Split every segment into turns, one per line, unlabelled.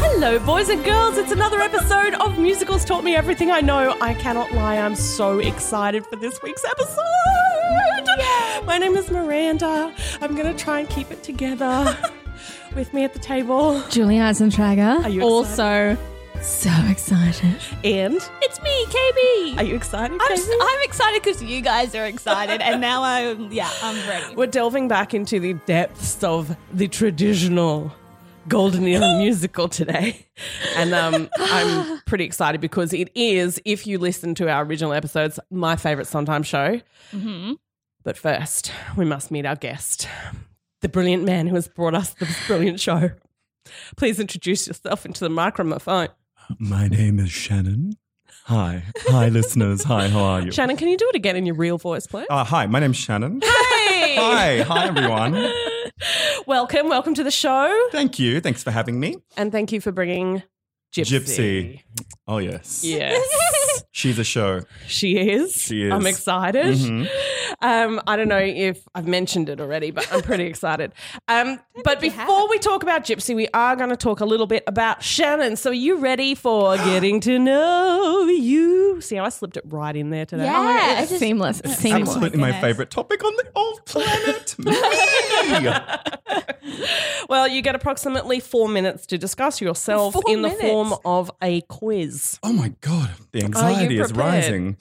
Hello, boys and girls. It's another episode of Musicals Taught Me Everything I Know. I cannot lie, I'm so excited for this week's episode. My name is Miranda. I'm going to try and keep it together. With me at the table,
Julie Eisentrager.
Are you
also so excited?
and
It's me, KB.
are you
I'm,
excited? Katie?
s- I'm excited because you guys are excited, and now I'm yeah, I'm ready.
We're delving back into the depths of the traditional Golden Era musical today. And um, I'm pretty excited because it is, if you listen to our original episodes, my favorite Sondheim show. But first, we must meet our guest, the brilliant man who has brought us this brilliant show. Please introduce yourself into the microphone.
My name is Shannon. Hi. Hi, listeners. Hi, how are you?
Shannon, can you do it again in your real voice, please?
Uh, hi, my name's Shannon. Hi. Hi, everyone.
Welcome, welcome to the show.
Thank you. Thanks for having me.
And thank you for bringing Gypsy.
Gypsy. Oh, yes.
Yes.
She's a show.
She is.
She is. Mm-hmm.
I'm excited. Um, I don't know if I've mentioned it already, but I'm pretty excited. Um, but before we talk about Gypsy, we are going to talk a little bit about Shannon. So, are you ready for getting to know you? See how I slipped it right in there today?
Yeah.
Oh,
I
it's
just-
seamless. It's seamless.
Absolutely my favorite topic on the whole planet. Me.
Well, you get approximately four minutes to discuss yourself
Four
in the
minutes.
form of a quiz.
Oh, my God. The anxiety is
prepared?
rising.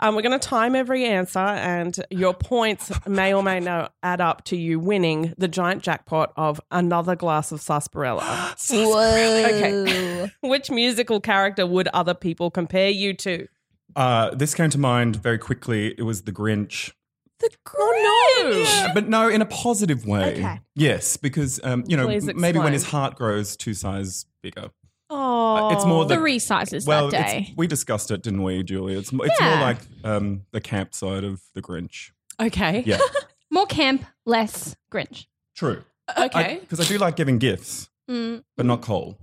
Um, we're going to time every answer, and your points may or may not add up to you winning the giant jackpot of another glass of sarsaparilla. Okay. Which musical character would other people compare you to?
Uh, this came to mind very quickly. It was The Grinch.
Oh, no.
But no, in a positive way.
Okay.
Yes, because, um, you know,
Please
m- maybe
explain.
when his heart grows two sizes bigger.
Oh,
It's more the
Three sizes
well,
that
it's-
day.
we discussed it, didn't we, Julie? It's, m- it's
Yeah.
more like um, the campsite of the Grinch.
Okay.
Yeah,
More camp, less Grinch.
true.
Okay.
Because I, do like giving gifts,
Mm,
but not coal.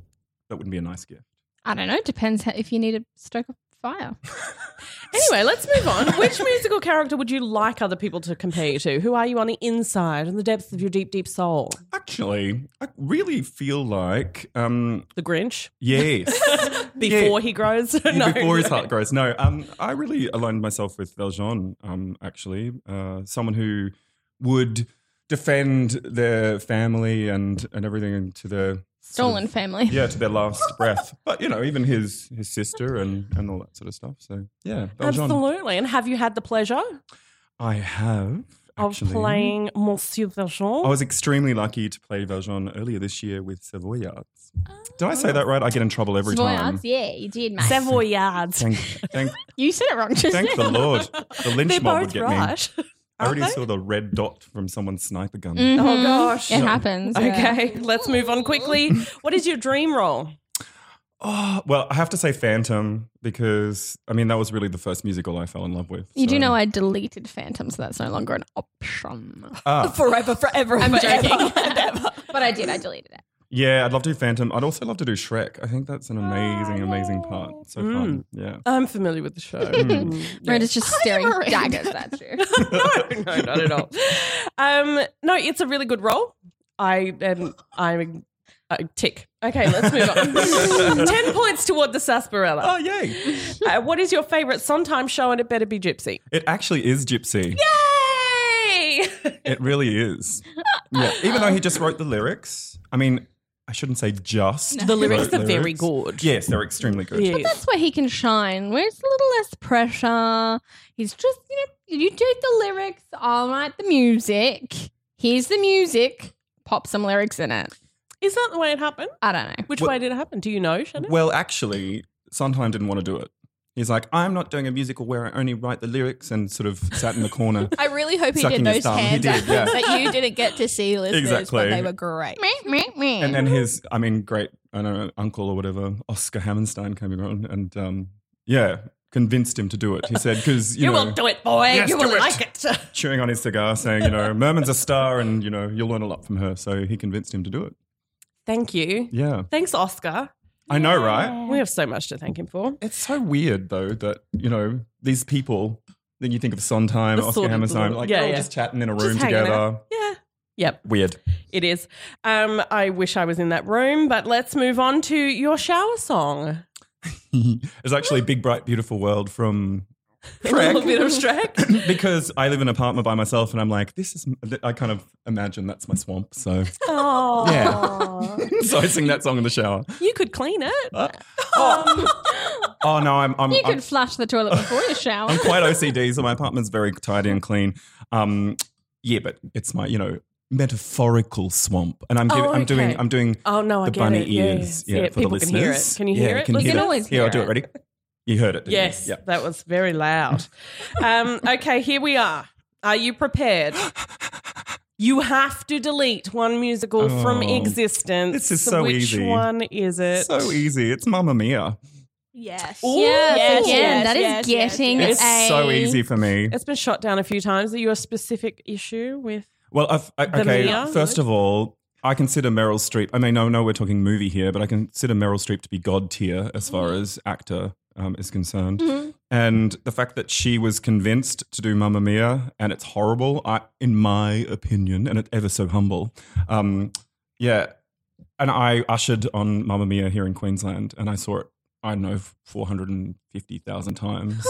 That wouldn't be a nice gift.
I don't know. Depends how, if you need to stoke a fire.
Anyway, let's move on. Which musical character would you like other people to compare you to? Who are you on the inside, in the depths of your deep, deep soul?
Actually, I really feel like um,
The Grinch?
yes.
Before
Yeah.
he grows?
Before his heart grows. No, um, I really aligned myself with Valjean, um, actually. Uh, someone who would defend their family and, and everything to their sort of-
Stolen family.
yeah, to their last breath. But you know, even his his sister and and all that sort of stuff. So yeah, Valjean.
Absolutely. And have you had the pleasure?
I have actually. Oh,
of playing Monsieur Valjean.
I was extremely lucky to play Valjean earlier this year with Savoyards. Did I say
Oh.
that right? I get in trouble every time.
Savoyards? Yeah, you did, mate.
Savoyards.
Thank, thank,
you said it wrong just
thank the
now.
Lord. The
They're
lynch mob would
both
get me.
right.
I already
aren't they?
saw the red dot from someone's sniper gun.
Oh gosh.
It happens. yeah.
Okay, let's move on quickly. What is your dream role?
Oh, well, I have to say Phantom because I mean that was really the first musical I fell in love with.
You do
so-
know I deleted Phantom, so that's no longer an option.
Ah.
Forever, forever.
I'm
forever.
joking. but I did. I deleted it.
Yeah, I'd love to do Phantom. I'd also love to do Shrek. I think that's an
Oh,
amazing, amazing part. So
Mm.
fun. Yeah.
I'm familiar with the show.
Hmm.
Mm.
Miranda's just staring daggers at you.
no, not at all. Um, no, it's a really good role. I am. I'm. I tick. Okay, let's move on. Ten points toward the sarsaparilla.
Oh, yay.
Uh, what is your favourite Sondheim show? And it better be Gypsy.
It actually is Gypsy.
Yay!
It really is. Yeah. Even though he just wrote the lyrics, I mean, I shouldn't say just.
The lyrics
wrote
are very good.
Yes, they're extremely good.
Yeah.
That's where he can shine, where it's a little less pressure. He's just, you know, you do the lyrics, I'll write the music. Here's the music, pop some lyrics in it.
Is that the way it happened?
I don't know.
Which
Well-
way did it happen? Do you know, Shannon?
Well, actually, Sondheim didn't want to do it. He's like, I'm not doing a musical where I only write the lyrics and sort of sat in the corner.
I really hope he
Sucking his
did those
thumb. He
hand
did,
ups
yeah.
that you didn't get to see listeners,
Exactly.
but they were great.
Me, me, me.
and then his, I mean, great, I don't know, uncle or whatever, Oscar Hammerstein came around and, um, yeah, convinced him to do it. He said, because, you,
you
know,
will do it, boy.
Yes,
you
do
will
it.
like it.
chewing on his cigar, saying, you know, Merman's a star and, you know, you'll learn a lot from her. So he convinced him to do it.
Thank you.
Yeah.
Thanks, Oscar.
I know, right?
We have so much to thank him for.
It's so weird, though, that, you know, these people, then you think of Sondheim,
The
Oscar
sort of
Hammerstein,
little-
like,
yeah,
they're all
yeah.
just chatting in a
Just
room
hanging out.
together.
Yeah. Yep,
Weird.
it is. Um, I wish I was in that room, but let's move on to your shower song.
it's actually Big Bright Beautiful World from
A little
Shrek
bit of Shrek.
because I live in an apartment by myself and I'm like, this is, I kind of imagine that's my swamp. So,
Oh,
Yeah. so I sing that song in the shower.
you could clean it.
Uh, oh, oh, no, I'm, I'm,
you
I'm,
could flush the toilet before you shower.
I'm quite OCD. So my apartment's very tidy and clean. Um, yeah, but it's my, you know, metaphorical swamp. And I'm, giving,
Oh,
I'm doing,
okay.
I'm doing
Oh no, I
the
get
bunny
it. Yeah,
ears. Yeah,
yeah.
for the
people
listeners.
can hear it. Can you hear
yeah,
it?
Can
Look,
hear
you
that.
can always
Here,
hear
I'll do
it.
it. Ready? You heard it. didn't you?
Yes,
Yeah.
that was very loud. um, okay, here we are. Are you prepared? You have to delete one musical from
Oh,
existence.
this is so
Which
easy.
one is it?
So easy. It's Mamma Mia.
Yes.
Yes,
Yes,
again,
yes,
that is
yes, yes,
getting
yes.
It's
a.
so easy for me.
It's been shot down a few times. Are you a specific issue with?
Well, I've, I,
The
okay.
Mia?
First of all, I consider Meryl Streep. I mean, no, no, we're talking movie here, but I consider Meryl Streep to be god tier as far as actor um, is concerned. And the fact that she was convinced to do Mamma Mia and it's horrible, I, in my opinion, and it's ever so humble. Um, yeah. And I ushered on Mamma Mia here in Queensland and I saw it, I don't know, 450,000 times.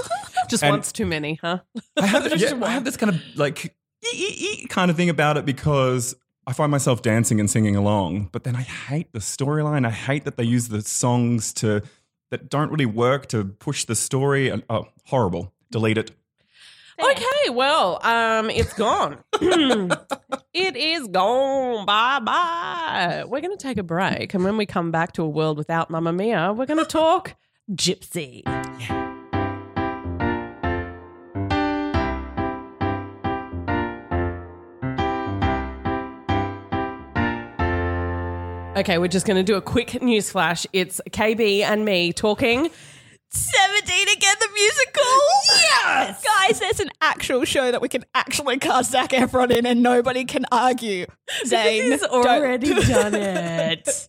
Just
And-
once too many, huh?
I have,
Just
yeah, I
one.
have this kind of like ee, ee, ee kind of thing about it because I find myself dancing and singing along, but then I hate the storyline. I hate that they use the songs to that don't really work to push the story. And oh, horrible! Delete it.
Okay, well, um, it's gone. it is gone. Bye bye. We're going to take a break. And when we come back to a world without Mamma Mia, we're going to talk Gypsy. Okay, we're just going to do a quick news flash. It's KB and me talking.
17 again, the musical. Yes. Guys, there's an actual show that we can actually cast Zac Efron in and nobody can argue. Zane.
Zane's
don't-
already done it.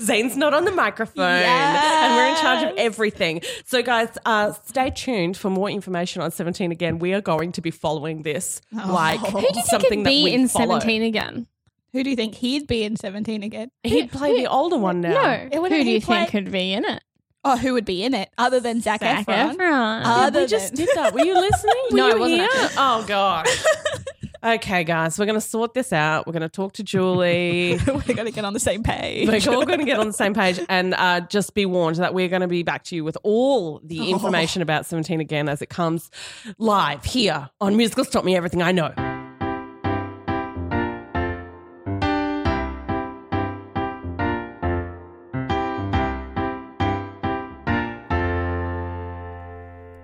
Zane's not on the microphone, and we're in charge of everything. So, guys, uh, stay tuned for more information on Seventeen Again. We are going to be following this like
Who do
Who do you think
something
it'd
that
be
we
in
follow.
17 again?
Who do you think he'd be in 17 again?
He'd play the older one now.
No. Who
wouldn't
do
he
you
play-
think could be in it?
Oh, who would be in it other than Zac,
Zac
Efron? Uh,
Efron.
Other
We just
than-
did that. Were you listening? Were
No,
you
I wasn't
here?
actually.
Oh god. okay, guys, we're going to sort this out. We're going to talk to Julie.
We're going to get on the same page.
We're all going to get on the same page and uh, just be warned that we're going to be back to you with all the information about 17 again as it comes live here on Musical Stop Me Everything I Know.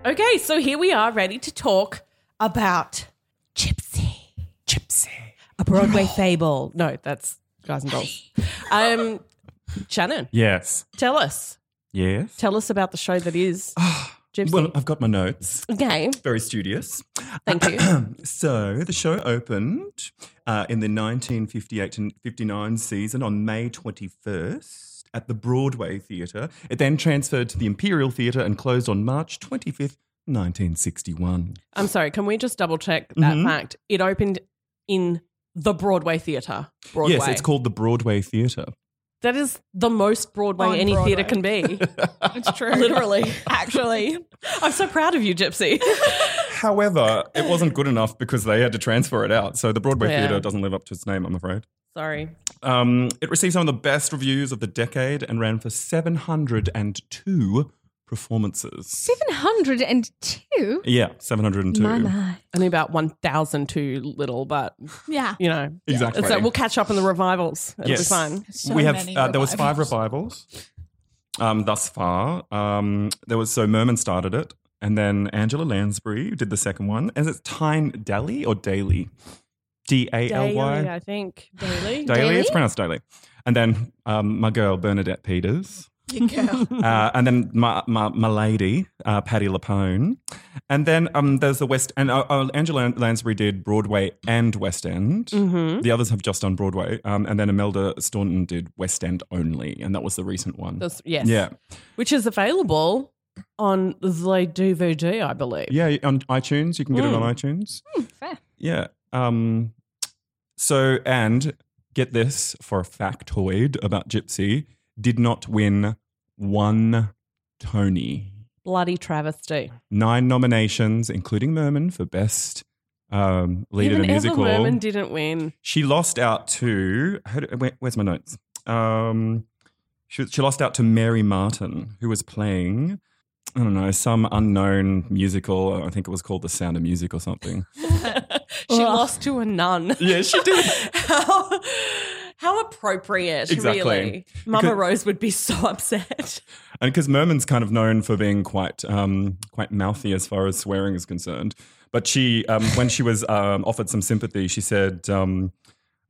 Okay, so here we are ready to talk about Gypsy. Gypsy. A Broadway fable. No, that's Guys and Dolls. Um, Shannon,
Yes.
tell us.
Yes.
Tell us about the show that is Gypsy.
Well, I've got my notes.
okay,
Very studious.
thank you.
So the show opened uh, in the 1958 and 59 season on May 21st at the Broadway Theatre. It then transferred to the Imperial Theatre and closed on March 25th, 1961.
I'm sorry. Can we just double check that
Mm-hmm.
fact? It opened in the Broadway theater. Broadway.
Yes, it's called the Broadway Theatre.
That is the most Broadway
On
any
Broadway.
theater can be.
It's true. Literally. Actually.
I'm so proud of you, Gypsy.
However, it wasn't good enough because they had to transfer it out. So the Broadway
Yeah.
Theatre doesn't live up to its name, I'm afraid.
Sorry.
Um, it received some of the best reviews of the decade and ran for 702 performances.
702?
Yeah, 702.
My, my.
Only about 1,000 too little, but,
Yeah.
you know.
Exactly.
It's like, we'll catch up on the revivals. It'll be
Yes.
fun.
So
we have
many
uh, there was five revivals um, thus far. Um, there was so Merman started it, and then Angela Lansbury did the second one. And it's Tyne Daly or Daly, D A L
Daily,
Y
I think. Daily.
Daly. It's pronounced Daly. And then um, my girl Bernadette Peters,
Your girl.
uh, and then my my, my lady uh, Patty Lapone, and then um, there's the West and uh, uh, Angela Lansbury did Broadway and West End.
Mm-hmm.
The others have just done Broadway, um, and then Imelda Staunton did West End only, and that was the recent one.
That's, yes.
Yeah,
Which is available on the DVD, I believe.
yeah, on iTunes you can get it
Mm.
on iTunes.
fair.
Yeah. Um, so and get this for a factoid about Gypsy did not win one Tony.
Bloody travesty.
Nine nominations, including Merman for best um, lead
Even
in a musical.
Ethel Merman didn't win.
She lost out to. how do- Where, where's my notes? Um, she, she lost out to Mary Martin, who was playing. I don't know some unknown musical. I think it was called The Sound of Music or something.
She lost to a nun.
yeah, she did.
how, how appropriate,
Exactly.
really. Mama
Because-
Rose would be so upset.
And because Merman's kind of known for being quite um, quite mouthy as far as swearing is concerned, but she um, when she was um, offered some sympathy, she said, um,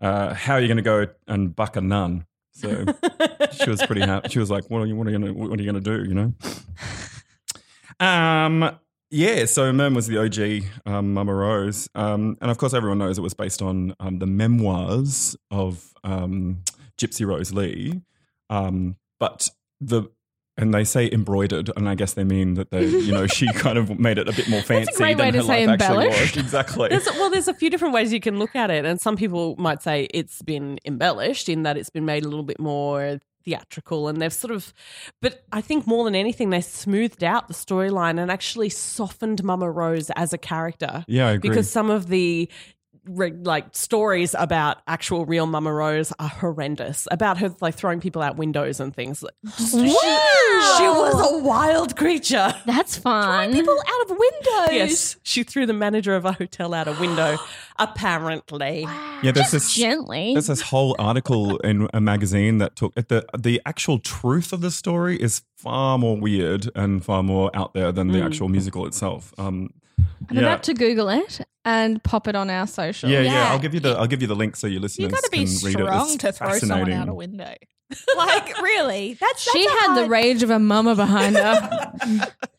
uh, "How are you going to go and buck a nun?" So she was pretty happy. She was like, "What are you? What are you going to? What are you going to do?" You know. Um. Yeah. So Merman was the OG um, Mama Rose, um, and of course everyone knows it was based on um, the memoirs of um, Gypsy Rose Lee. Um, but the and they say embroidered, and I guess they mean that they, you know, she kind of made it a bit more fancy
great way
than
to
her
say
life actually
embellished.
was. Exactly.
There's, well, there's a few different ways you can look at it, and some people might say it's been embellished in that it's been made a little bit more theatrical, and they've sort of, but I think more than anything, they smoothed out the storyline and actually softened Mama Rose as a character
yeah, I agree.
because some of the re- like stories about actual real Mama Rose are horrendous about her like throwing people out windows and things. Like, she, she was a wild creature.
That's fun.
People out of windows.
Yes, she threw the manager of a hotel out a window, apparently.
yeah, there's this
Gently.
there's this whole article in a magazine that took the the actual truth of the story is far more weird and far more out there than
Hmm.
the actual musical itself. Um,
I'm
yeah.
about to Google it and pop it on our social.
yeah, yeah,
Yeah.
I'll give you the I'll give you the link so your listeners
You got to be
can read it.
strong
It's
to throw someone
fascinating.
out a window. like really? That's, that's
She
a
had the
hard-
rage of a mama behind her.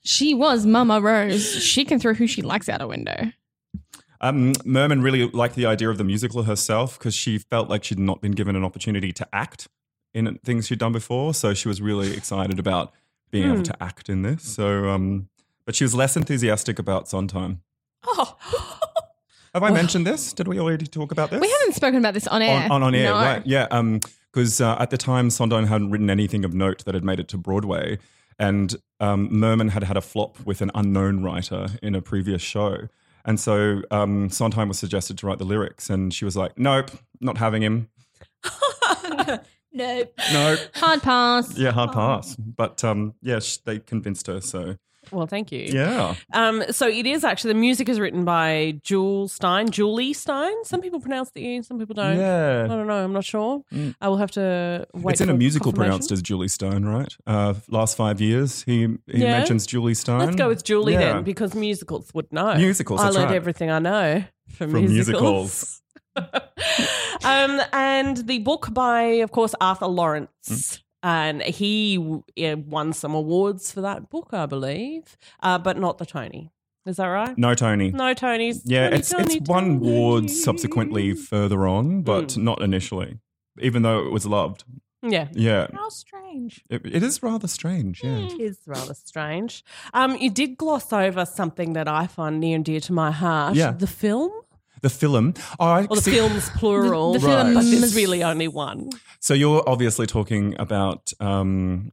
she was Mama Rose. She can throw who she likes out a window.
Um, Merman really liked the idea of the musical herself because she felt like she'd not been given an opportunity to act in things she'd done before. So she was really excited about being able to act in this. So, um, but she was less enthusiastic about Sondheim.
Oh.
Have I mentioned this? Did we already talk about this?
We haven't spoken about this on air.
on, on, on air,
No.
right? Yeah, because uh, at the time Sondheim hadn't written anything of note that had made it to Broadway, and um, Merman had had a flop with an unknown writer in a previous show, and so um, Sondheim was suggested to write the lyrics, and she was like, "Nope, not having him.
No.
Nope,
Hard pass.
yeah,
Oh.
hard pass." But um, yeah, sh- they convinced her. So
Well, thank you.
yeah,
Um, so it is actually, the music is written by Jewel Stein, Julie Stein. Some people pronounce the E, some people don't. I
yeah. Mm.
don't know. I'm not sure. I will have to wait.
It's in a
for
musical
confirmation.
pronounced as Julie Stein, right? Uh, last five years, he, he
Yeah.
mentions Julie Stein.
Let's go with Julie
Yeah.
then, because musicals would know.
Musicals,
Oh, I
that's
learned
right.
everything I know from,
From
musicals. um, and the book by, of course, Arthur Lawrence.
Mm.
And he w- yeah, won some awards for that book, I believe, uh, but not the Tony. Is that right?
No, Tony.
No Tonys.
Mm. Yeah,
Tony,
it's
Tony,
it's won
Tony. Hmm.
wards subsequently further on, but not initially. Even though it was loved,
Yeah,
yeah,
How strange.
it, it is rather strange. Yeah,
it is rather strange. Um, you did gloss over something that I find near and dear to my heart.
Yeah.
the film.
the film. Oh, I
Or the
see-
films plural.
the Right.
But there's
films.
really only one.
So you're obviously talking about um,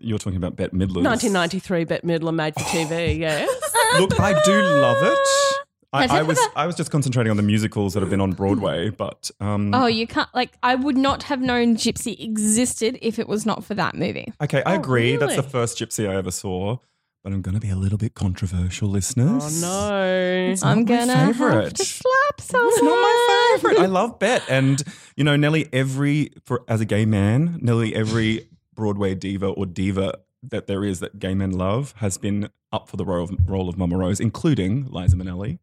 you're talking about Bette Midler.
1993 Bette Midler made for TV, yes.
Oh. Look, I do love it.
Has
I, I
it
was
ever-
I was just concentrating on the musicals that have been on Broadway, but um,
Oh, you can't. Like, I would not have known Gypsy existed if it was not for that movie.
okay, I
Oh,
agree. That's the
really?
first Gypsy I ever saw, but I'm going to be a little bit controversial,
Oh,
listeners.
no.
It's not
I'm
my
gonna have
favourite.
to slap someone.
It's not my favorite. I love Bet, and you know, nearly every for as a gay man, nearly every Broadway diva or diva that there is that gay men love has been up for the role of, role of Mama Rose, including Liza Minnelli.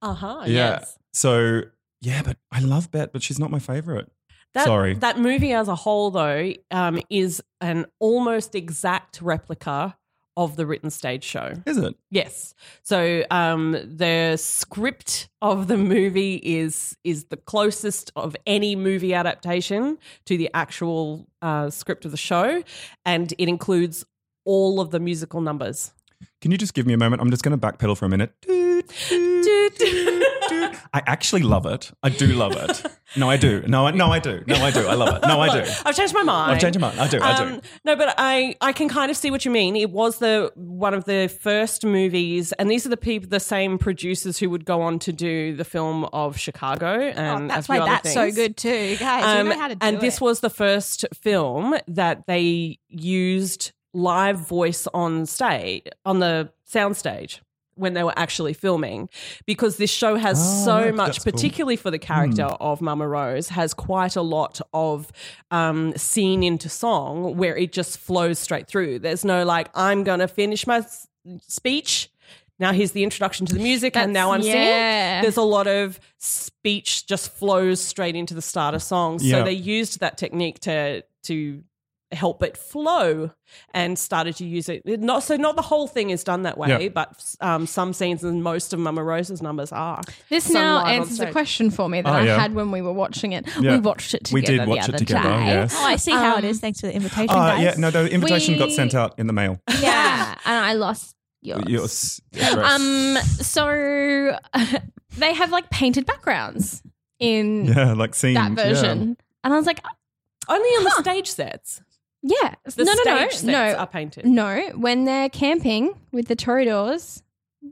Uh huh.
Yeah.
Yes.
So yeah, but I love Bet, but she's not my favorite.
That,
Sorry.
That movie as a whole, though, um, is an almost exact replica of the written stage show.
Is it?
Yes. So um, the script of the movie is is the closest of any movie adaptation to the actual uh, script of the show, and it includes all of the musical numbers.
Can you just give me a moment? I'm just going to backpedal for a minute. Doot, doot, doot. I actually love it. I do love it. No, I do. No, I, no, I do. No, I do. I love it. No, I do.
I've changed my mind.
I've changed my mind. I do. I do.
Um, no, but I, I can kind of see what you mean. It was the one of the first movies, and these are the people, the same producers who would go on to do the film of Chicago and a
Oh, that's
few
why
other
that's so
things.
good too, guys.
Um,
you know how to do
and
it.
this was the first film that they used live voice on stage on the soundstage when they were actually filming because this show has
Oh,
so
look, that's
much
cool. Hmm.
particularly for the character of mama rose has quite a lot of um, scene into song where it just flows straight through there's no like i'm gonna finish my s- speech now here's the introduction to the music and now i'm
yeah.
singing there's a lot of speech just flows straight into the start of songs.
Yeah.
So they used that technique to to help it flow and started to use it. It Not so not the whole thing is done that way,
Yeah.
but um, some scenes and most of Mama Rose's numbers are.
This
Some
now
live on
answers a
stage.
question for me that
Oh,
I
yeah.
had when we were watching it.
Yeah.
We watched it
We
together.
did watch
the
it
other
together,
Day.
yes.
oh, I see how it
Um,
is. Thanks for the invitation,
Ah,
guys.
yeah. No, the invitation got
We-
sent out in the mail.
Yeah, and I lost yours.
Yours. Right.
Um, so they have like painted backgrounds in
yeah, like scenes.
that
yeah.
version, and I was like, "Oh,
Only on the stage sets.
yeah,
The
no,
stage
no,
sets
no, no,
are painted.
no. When they're camping with the Toreadors,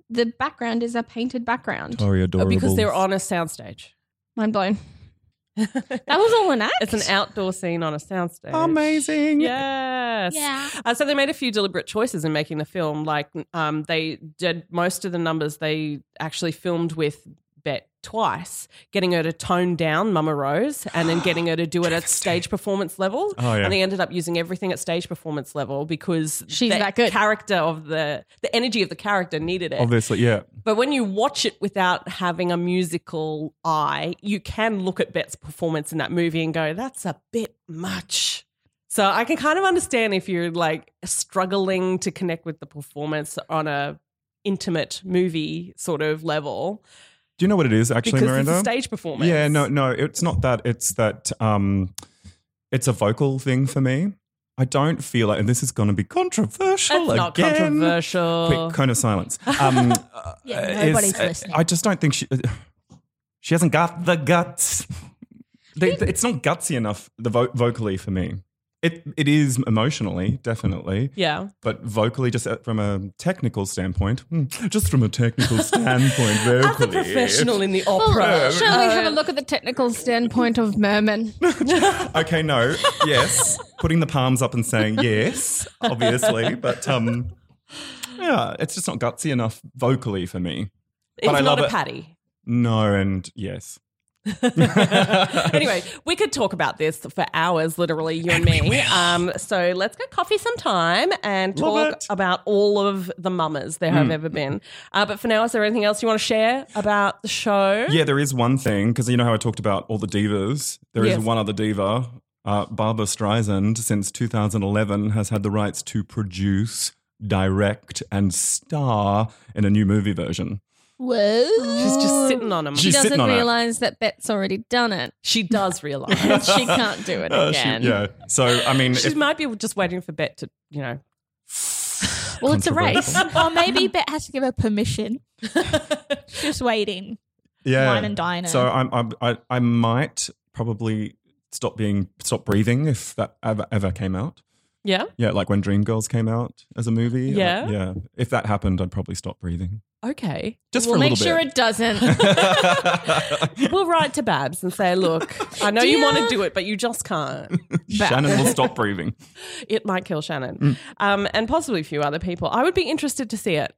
the background is a painted background.
Toreador.
Because they're on a soundstage.
Mind blown. That was all an act.
It's an outdoor scene on a soundstage.
amazing.
Yes.
Yeah.
Uh, so they made a few deliberate choices in making the film. Like um, they did most of the numbers they actually filmed with Bet twice, getting her to tone down Mama Rose and then getting her to do it at stage performance level.
Oh, yeah.
And they ended up using everything at stage performance level because
She's
the
that good.
character of the the energy of the character needed it.
Obviously, yeah.
But when you watch it without having a musical eye, you can look at Bet's performance in that movie and go, that's a bit much. So I can kind of understand if you're like struggling to connect with the performance on a intimate movie sort of level
Do you know what it is actually,
because
Miranda?
it's a stage performance.
Yeah, no, no, it's not that. It's that um it's a vocal thing for me. I don't feel like, and this is going to be controversial
It's not
again.
controversial.
Quick cone of silence. Um, uh,
Yeah,
is-
nobody's listening.
I just don't think she uh, she hasn't got the guts. They- it's not gutsy enough the vo- vocally for me. It it is emotionally definitely,
Yeah.
but vocally, just uh, from a technical standpoint, hmm, just from a technical standpoint, vocally.
As a professional in the
Well,
uh,
opera.
shall we have a look at the technical standpoint of Merman?
Okay, no. Yes. Putting the palms up and saying yes, obviously. But um yeah, it's just not gutsy enough vocally for me.
It's
I
not
love
a
it.
patty.
No and yes.
anyway, we could talk about this for hours, literally, you and me. Um, so let's go coffee sometime and
Love
talk
it. Mm.
about all of the mummers there have ever been. Uh, but for now, is there anything else you want to share about the show?
Yeah, there is one thing, because you know how I talked about all the divas. There is
Yes.
one other diva. Uh, Barbara Streisand, since 2011, has had the rights to produce, direct, and star in a new movie version.
Whoa.
She's just sitting on them.
She
She
She's
doesn't
sitting on it.
realize that Bet's already done it.
She does realize.
she can't do it
Uh, she-
again.
yeah. So, I mean,
she
if-
might be just waiting for Bet to, you know.
Well, it's a race.
Controversial.
or maybe Bet has to give her permission. um, Just waiting.
yeah.
Wine and dine her.
So I'm, I'm, I, I might probably stop being stop breathing if that ever, ever came out.
Yeah.
Yeah, like when Dreamgirls came out as a movie. uh,
Yeah.
yeah. If that happened, I'd probably stop breathing.
Okay.
Just
We'll
for a
make
little
sure
bit.
it doesn't.
We'll write to Babs and say, look, I know you want to do it, but you just can't.
Shannon will stop breathing.
It might kill Shannon um, and possibly a few other people. I would be interested to see it.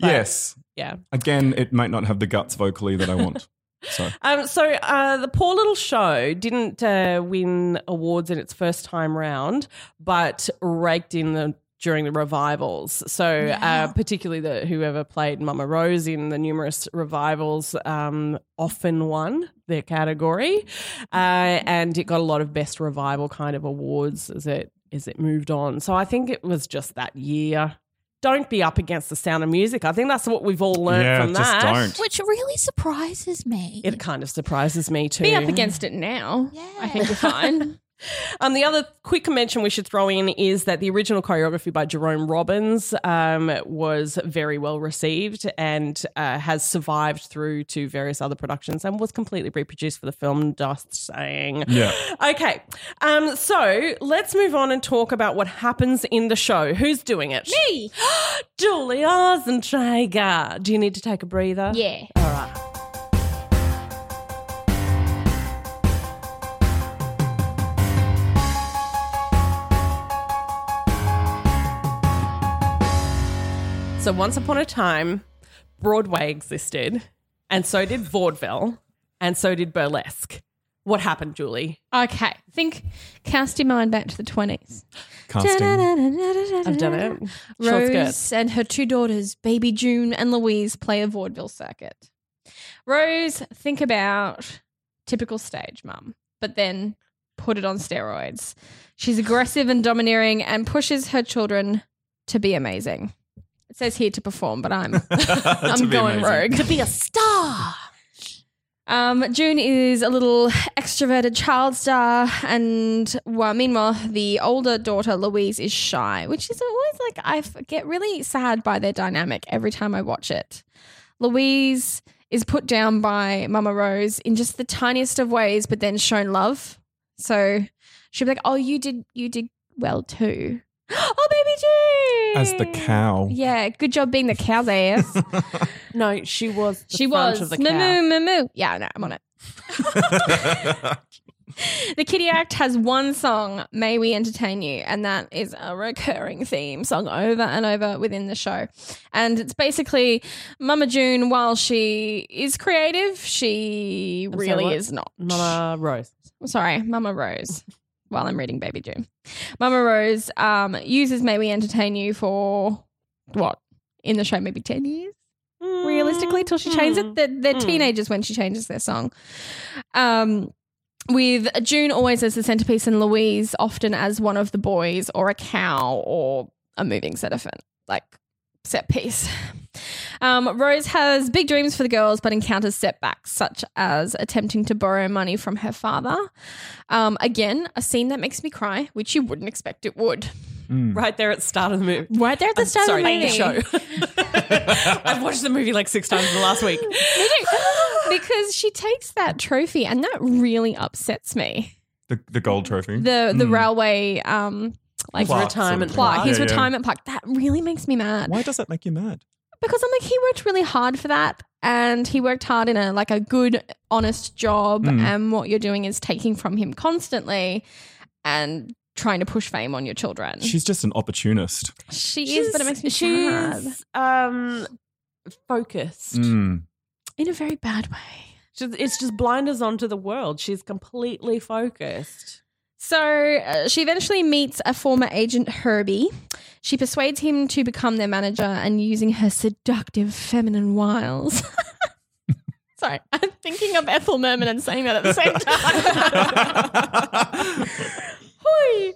yes.
Yeah.
Again, it might not have the guts vocally that I want. So
Um, so uh, the poor little show didn't uh, win awards in its first time round, but raked in the during the revivals. So uh, particularly the whoever played Mama Rose in the numerous revivals um, often won their category, uh, and it got a lot of best revival kind of awards as it as it moved on. So I think it was just that year. Don't be up against the sound of music. I think that's what we've all learned
yeah,
from
just
that.
don't.
Which really surprises me.
It kind of surprises me too.
Be up against it now.
Yeah.
I think you're fine.
Um, the other quick mention we should throw in is that the original choreography by Jerome Robbins um, was very well received and uh, has survived through to various other productions and was completely reproduced for the film. Just saying.
Yeah.
Okay. Um, so let's move on and talk about what happens in the show. Who's doing it? Me. Julie Ozentrager. Do you need to take a breather?
yeah.
So once upon a time, Broadway existed, and so did vaudeville, and so did burlesque. What happened, Julie?
Okay. Think cast your mind back to the 20s.
Casting.
I've done it. Short skirts.
Mm. Rose and her two daughters, Baby June and Louise, play a vaudeville circuit. Rose, think about typical stage mum, but then put it on steroids. She's aggressive and domineering and pushes her children to be amazing. It says here to perform, but I'm I'm
be
going
amazing.
rogue.
To be a star.
Um, June is a little extroverted child star, and well, meanwhile, the older daughter Louise is shy, which is always like I f- get really sad by their dynamic every time I watch it. Louise is put down by Mama Rose in just the tiniest of ways, but then shown love. So she'll be like, "Oh, you did, you did well too." oh, baby
As
June,
the cow.
Yeah, good job being the cow's ass.
No, she was. The
she
front
was
Of the
moo
cow.
moo moo moo. Yeah, no, I'm on it. The Kitty Act has one song, May We Entertain You, and that is a recurring theme song over and over within the show. And it's basically Mama June, while she is creative, she
sorry,
really
what?
is not.
Mama Rose.
I'm sorry, Mama Rose. While I'm reading Baby June, Mama Rose um, uses May We Entertain You for what in the show maybe ten years realistically till she changes it. They're, they're teenagers when she changes their song. Um, with June always as the centerpiece and Louise often as one of the boys or a cow or a moving set of like set piece. Um, Rose has big dreams for the girls, but encounters setbacks such as attempting to borrow money from her father. Um, again, a scene that makes me cry, which you wouldn't expect it would.
Right there at the start of the movie.
Right there at the start
Sorry,
of the
the
movie.
show. I've watched the movie like six times in the last week.
because she takes that trophy and that really upsets me.
The, the gold trophy.
The the
Mm.
railway um like plaque,
Plaque sort of
retirement
thing.
plaque.
his
Yeah, yeah.
retirement plaque. That really makes me mad.
Why does that make you mad?
Because I'm like he worked really hard for that and he worked hard in a like a good honest job
Mm.
and what you're doing is taking from him constantly and trying to push fame on your children.
She's just an opportunist.
she is, but it makes me mad
she's um focused.
Mm.
in a very bad way.
She's- It's just blinders onto the world. She's completely focused.
So uh, she eventually meets a former agent, Herbie. She persuades him to become their manager and using her seductive feminine wiles. Sorry, I'm thinking of Ethel Merman and saying that at the same time. Hoi.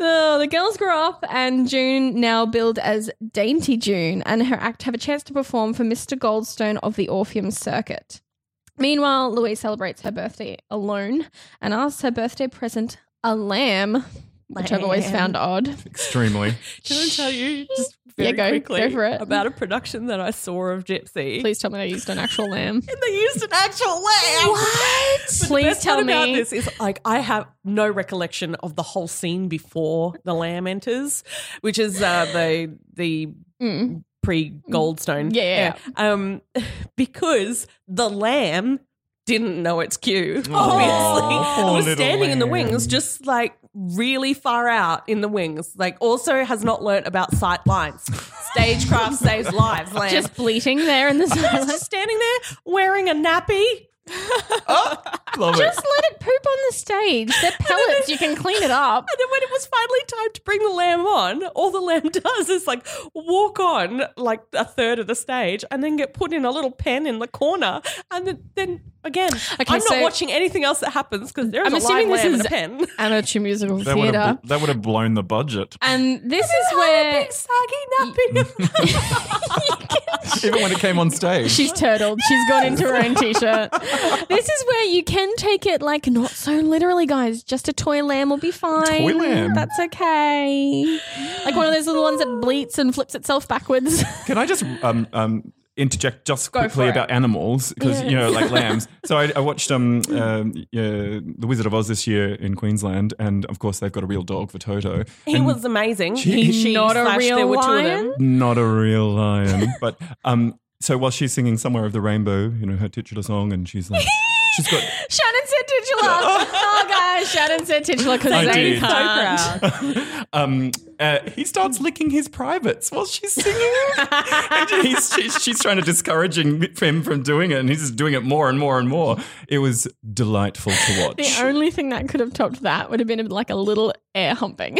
Oh, the girls grow up, and June now billed as Dainty June, and her act have a chance to perform for Mr. Goldstone of the Orpheum Circuit. Meanwhile, Louise celebrates her birthday alone and asks her birthday present, a lamb, which I've always found odd.
Extremely.
Can I tell you just very
Yeah, go-
quickly
go for it.
about a production that I saw of Gypsy?
Please tell me they used an actual lamb.
And they used an actual lamb. What?
Please
the best
tell
part about
me.
this is like I have no recollection of the whole scene before the lamb enters, which is uh, the the
Mm.
pre Goldstone.
Yeah, yeah,
Um, because the lamb didn't know its cue.
Aw,
Obviously,
poor
it was
little
standing in the wings,
lamb.
just like really far out in the wings. Like also has not learnt about sight lines. Stagecraft saves lives. Lamb.
Just bleating there in the
I was
silence.
just standing there wearing a nappy.
Love it.
Just let it poop on the stage. They're pellets. You can clean it up.
And then when it was finally time to bring the lamb on, all the lamb does is like walk on like a third of the stage and then get put in a little pen in the corner. And then, then again, I'm
so-
not watching anything else that happens because there's
I'm
a live
assuming this
lamb
is
in a pen.
Amateur musical
That would,
theatre.
have, that would have blown the budget.
And this is where
Saggy nappy.
Even when it came on stage.
She's turtled. She's gone into her own t-shirt. This is where you can take it like not so literally, guys. Just a toy lamb will be fine.
Toy lamb.
That's okay. Like one of those little ones that bleats and flips itself backwards.
Can I just um, um, interject just
for
quickly
it.
about animals because you know, like lambs. So I, I watched um, um uh, the Wizard of Oz this year in Queensland, and of course they've got a real dog for Toto.
he
And
was amazing.
She-
He, she
Not a
slash,
real
there were two of
lion?
them.
not a real lion, but um. So while she's singing "Somewhere of the Rainbow," you know her titular song, and she's like, she's got
Shannon said titular. Oh guys, Shannon said titular
I
because Zane
did.
can't.
um, uh, he starts licking his privates while she's singing. and he's, she's, she's trying to discourage him from doing it, and he's just doing it more and more and more. It was delightful to watch.
The only thing that could have topped that would have been like a little air humping.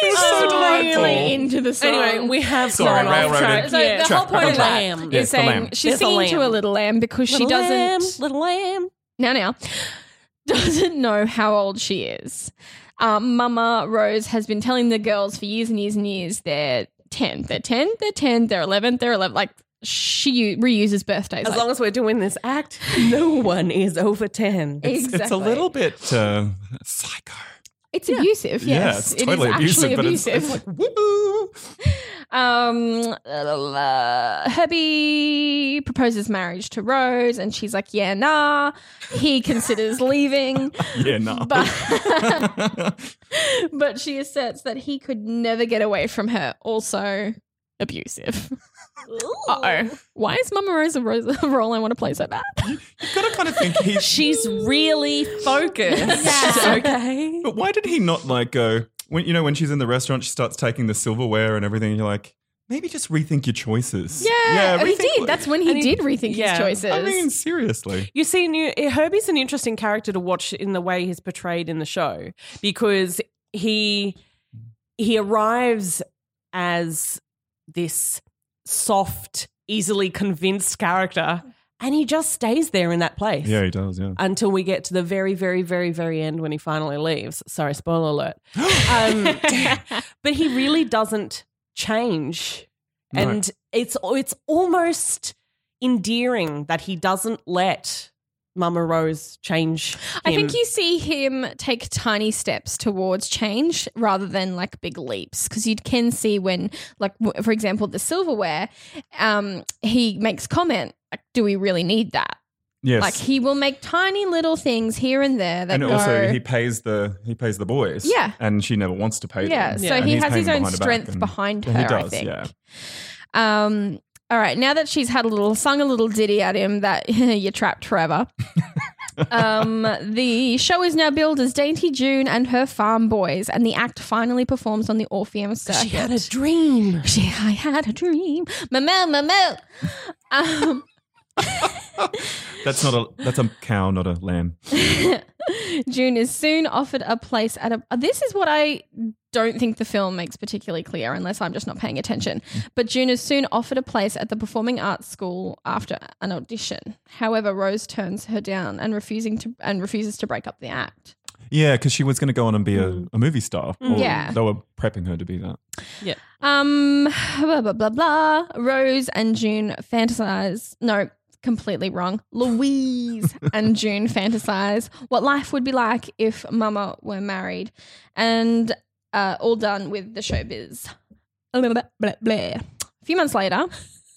He's
so delightful.
really into the song.
Anyway, we have
Sorry,
gone off
railroaded.
track.
So
yeah.
the whole
Track,
point of
track.
that
Lamb.
is
Yes, the
saying
lamb.
she's
There's a
singing to a
lamb.
little lamb because
Little
she doesn't
lamb, little lamb.
now now doesn't know how old she is. Um, Mama Rose has been telling the girls for years and years and years they're ten, they're ten, they're ten, they're eleven, they're eleven. Like she u- reuses birthdays.
As
like,
long as we're doing this act, no one is over 10.
exactly.
It's a little bit uh, psycho.
It's abusive. Yes,
yeah, it's totally
it is
abusive,
actually
but it's,
abusive.
it's like woo.
um, uh, Herbie proposes marriage to Rose, and she's like, "Yeah, nah." He considers leaving.
Yeah, no.
But- but she asserts that he could never get away from her. Also abusive. Uh oh. Why is Mama Rosa Rosa a role I want to play so bad?
You've got to kind of think he's.
She's really focused. okay.
But why did he not like go? When you know when she's in the restaurant, she starts taking the silverware and everything. And you're like, maybe just rethink your choices.
oh, he
rethink
did.
what-
That's when he
and he-
did rethink
yeah.
his choices.
I mean, seriously.
You see, new, eh, Herbie's an interesting character to watch in the way he's portrayed in the show because he he arrives as this soft, easily convinced character, and he just stays there in that place.
Yeah, he does. Yeah.
Until we get to the very, very, very, very end when he finally leaves. Sorry, spoiler alert. Um, but he really doesn't change
No.
and it's it's almost endearing that he doesn't let Mama Rose change.
I
him.
think you see him take tiny steps towards change rather than like big leaps because you can see when, like, w- for example, the silverware, um, he makes comment like, "Do we really need that?"
Yes.
Like he will make tiny little things here and there that
and
go.
also he pays the he pays the boys.
Yeah.
And she never wants to pay
yeah,
them.
so
And
he
he's
has his own
paying behind her back
strength
and-
behind her.
Yeah, he
I
does,
think.
yeah.
Um, all right, now that she's had a little sung a little ditty at him that you're trapped forever. um, the show is now billed as Dainty June and her farm boys, and the act finally performs on the Orpheum circuit.
she had a dream.
She, I had a dream. Mamel, mamel. Um,
That's not a that's a cow, not a lamb.
June is soon offered a place at a. This is what I don't think the film makes particularly clear, unless I'm just not paying attention. But June is soon offered a place at the Performing Arts School after an audition. However, Rose turns her down and refusing to and refuses to break up the act.
Yeah, because she was going to go on and be a, a movie star. Or
Mm. Yeah.
They were prepping her to be that.
Um, blah blah blah blah. Rose and June fantasize. No, completely wrong. Louise and June fantasize what life would be like if Mama were married, and uh, all done with the showbiz. A little bit, blah, blah. A few months later,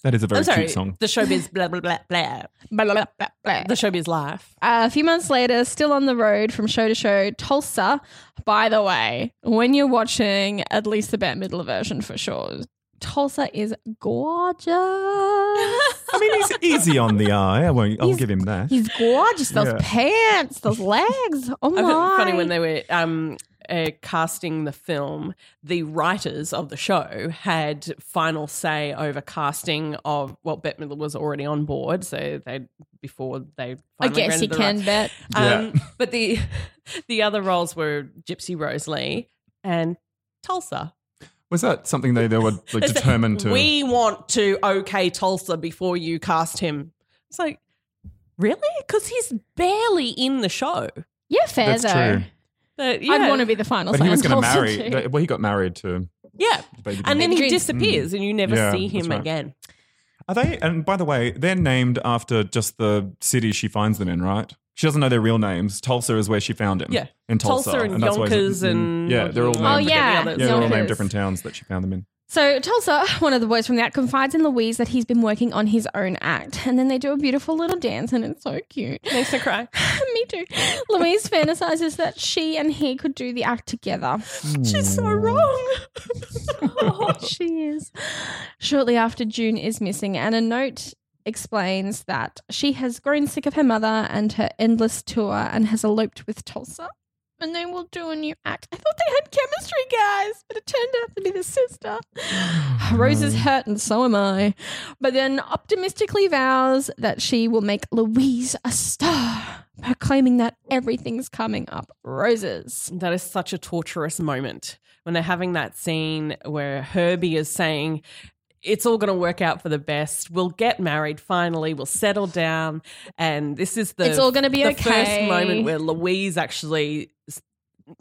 That is a very
I'm sorry.
cute song.
The showbiz blah blah blah blah.
blah, blah, blah, blah, blah.
The showbiz life.
Uh, a few months later, still on the road from show to show, Tulsa. By the way, when you're watching at least the Bette Midler version for sure, Tulsa is gorgeous.
I mean, he's easy on the eye. I won't. I'll give him that.
He's gorgeous. Those
Yeah.
pants, those legs. Oh
I
my!
thought funny when they were um, uh, casting the film, the writers of the show had final say over casting of well, Bette Midler was already on board, so they before they.
I
Finally
guess
granted
you
the
can
right-
bet.
Yeah.
Um, But the the other roles were Gypsy Rosalie and Tulsa.
Was that something they, they were like,
It's like,
determined to?
We want to okay Tulsa before you cast him. It's like, really? Because he's barely in the show.
Yeah, fair
That's
though.
true.
But,
I'd
yeah.
want to be the final.
But he was
sign
going to
Tulsa
marry.
too.
th- Well, he got married to.
Yeah.
Baby
And then he
Agreed.
disappears and you never
Mm. Yeah,
see
that's
him
right.
again.
Are they? And by the way, they're named after just the city she finds them in, right? She doesn't know their real names. Tulsa is where she found him.
Yeah.
in Tulsa,
Tulsa, and
that's why he's- mm,
Yonkers and.
yeah, they're all named.
Oh,
I forget the
yeah.
others.
yeah, they're all
Yonkers.
named different towns that she found them in.
So Tulsa, one of the boys from that, confides in Louise that he's been working on his own act, and then they do a beautiful little dance, and it's so cute.
Makes me cry.
Me too. Louise fantasizes that she and he could do the act together. She's so wrong. oh, she is. Shortly after, June is missing, and a note explains that she has grown sick of her mother and her endless tour and has eloped with Tulsa. And they will do a new act. I thought they had chemistry, guys, but it turned out to be the sister. Rose is hurt, and so am I. But then optimistically vows that she will make Louise a star, proclaiming that everything's coming up roses.
That is such a torturous moment when they're having that scene where Herbie is saying, It's all going to work out for the best. We'll get married finally. We'll settle down. And this is the,
It's all gonna be
the
okay.
first moment where Louise actually,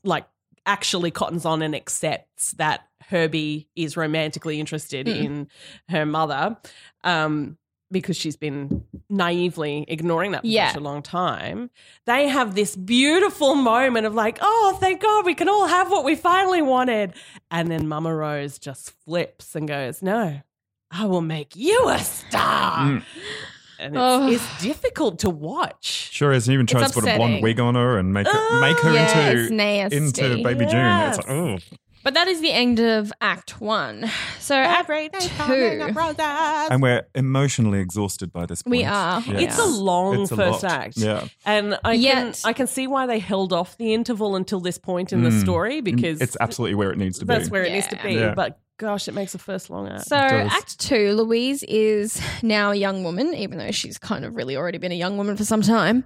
like, actually cottons on and accepts that Herbie is romantically interested
Mm.
in her mother. Um, because she's been naively ignoring that for
Yeah.
such a long time, they have this beautiful moment of like, oh, thank God we can all have what we finally wanted. And then Mama Rose just flips and goes, no, I will make you a star.
Mm.
And it's,
Oh.
it's difficult to watch.
Sure is. He even
It's
tries to put a blonde
upsetting.
wig on her and make her, make her
yeah, it's
into
nasty.
into baby
Ah, Yes.
June. It's like, oh,
but that is the end of Act One. So Act Two,
and we're emotionally exhausted by this. Point.
we are.
Yeah.
It's a long
It's a
first
lot.
act.
Yeah,
And I
Yet-
can I can see why they held off the interval until this point in the
Mm.
story because
it's absolutely where it needs to
that's
be.
where it needs to
Yeah.
be.
Yeah.
But gosh, it makes the first long act.
So
does.
Act Two, Louise is now a young woman, even though she's kind of really already been a young woman for some time.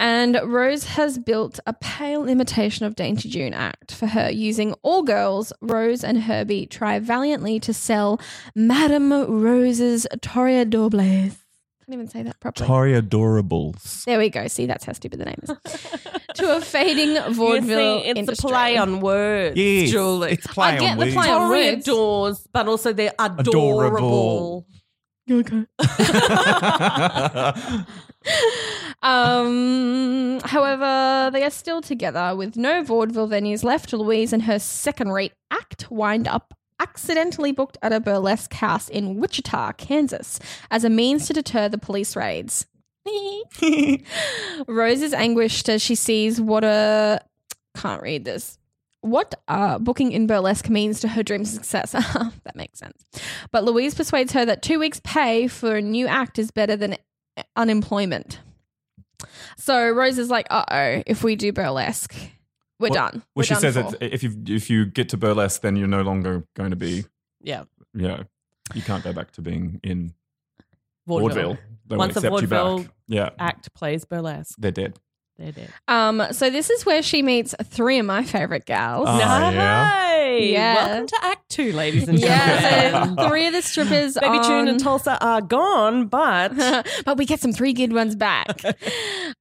And Rose has built a pale imitation of Dainty June Act for her, using all girls. Rose and Herbie try valiantly to sell Madame Rose's Toreador Blaze. Can't even say that properly.
Toreadorables.
there we go. See, that's how stupid the name is. to a fading
You
vaudeville
see, it's
industry.
a play on words,
Yes,
Julie.
it's play
I get
on
the
words.
play on
Sorry,
words.
adores, but also they're adorable.
Adorable.
Okay. Um, however, they are still together with no vaudeville venues left. Louise and her second rate act wind up accidentally booked at a burlesque house in Wichita, Kansas, as a means to deter the police raids. Rose is anguished as she sees what a. Can't read this. What uh, booking in burlesque means to her dream success. that makes sense. But Louise persuades her that two weeks' pay for a new act is better than unemployment. So Rose is like, uh oh, if we do burlesque, we're
Well-
done. We're
Well, she
done
says
for.
that if you if you get to burlesque, then you're no longer going to be
Yeah.
yeah. You can't go back to being in
Vaudeville.
vaudeville. They won't
Once a
accept you
vaudeville
back. Yeah,
Act plays burlesque.
they're dead.
They're dead.
Um, so this is where she meets three of my favorite gals.
Oh, yeah.
Yeah.
Welcome to Act Two, ladies and
yeah,
gentlemen.
so three of the strippers
Baby June
on-
and Tulsa are gone, but
but we get some three good ones back.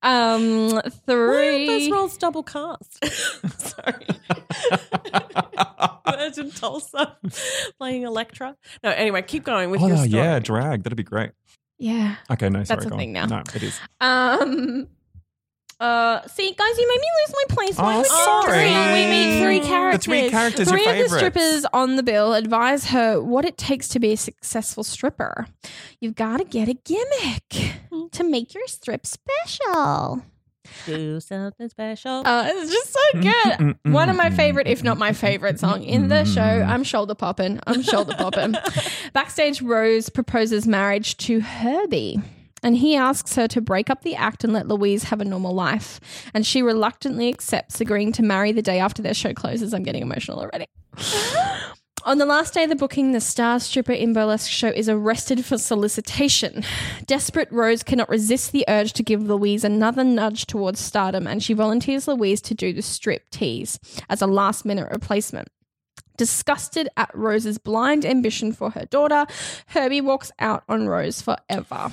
um, three.
those roles double cast. Sorry. Imagine Tulsa playing Electra. No, anyway, keep going with
Oh
your story.
yeah, drag. That'd be great.
Yeah.
Okay, no, sorry.
a
go on.
thing now.
No, it is.
Um. Uh. See, guys, you made me lose my place. Why
Oh,
would you
sorry.
three? We made three
The
characters.
three characters,
Three
your
of the
favourites.
strippers on the bill advise her what it takes to be a successful stripper. You've got to get a gimmick to make your strip special.
Do something special.
Uh, it's just so good. One of my favorite, if not my favorite song in the show. I'm shoulder popping. I'm shoulder popping. Backstage, Rose proposes marriage to Herbie. And he asks her to break up the act and let Louise have a normal life. And she reluctantly accepts, agreeing to marry the day after their show closes. I'm getting emotional already. On the last day of the booking, the star stripper in burlesque show is arrested for solicitation. Desperate Rose cannot resist the urge to give Louise another nudge towards stardom, and she volunteers Louise to do the strip tease as a last minute replacement. Disgusted at Rose's blind ambition for her daughter, Herbie walks out on Rose forever.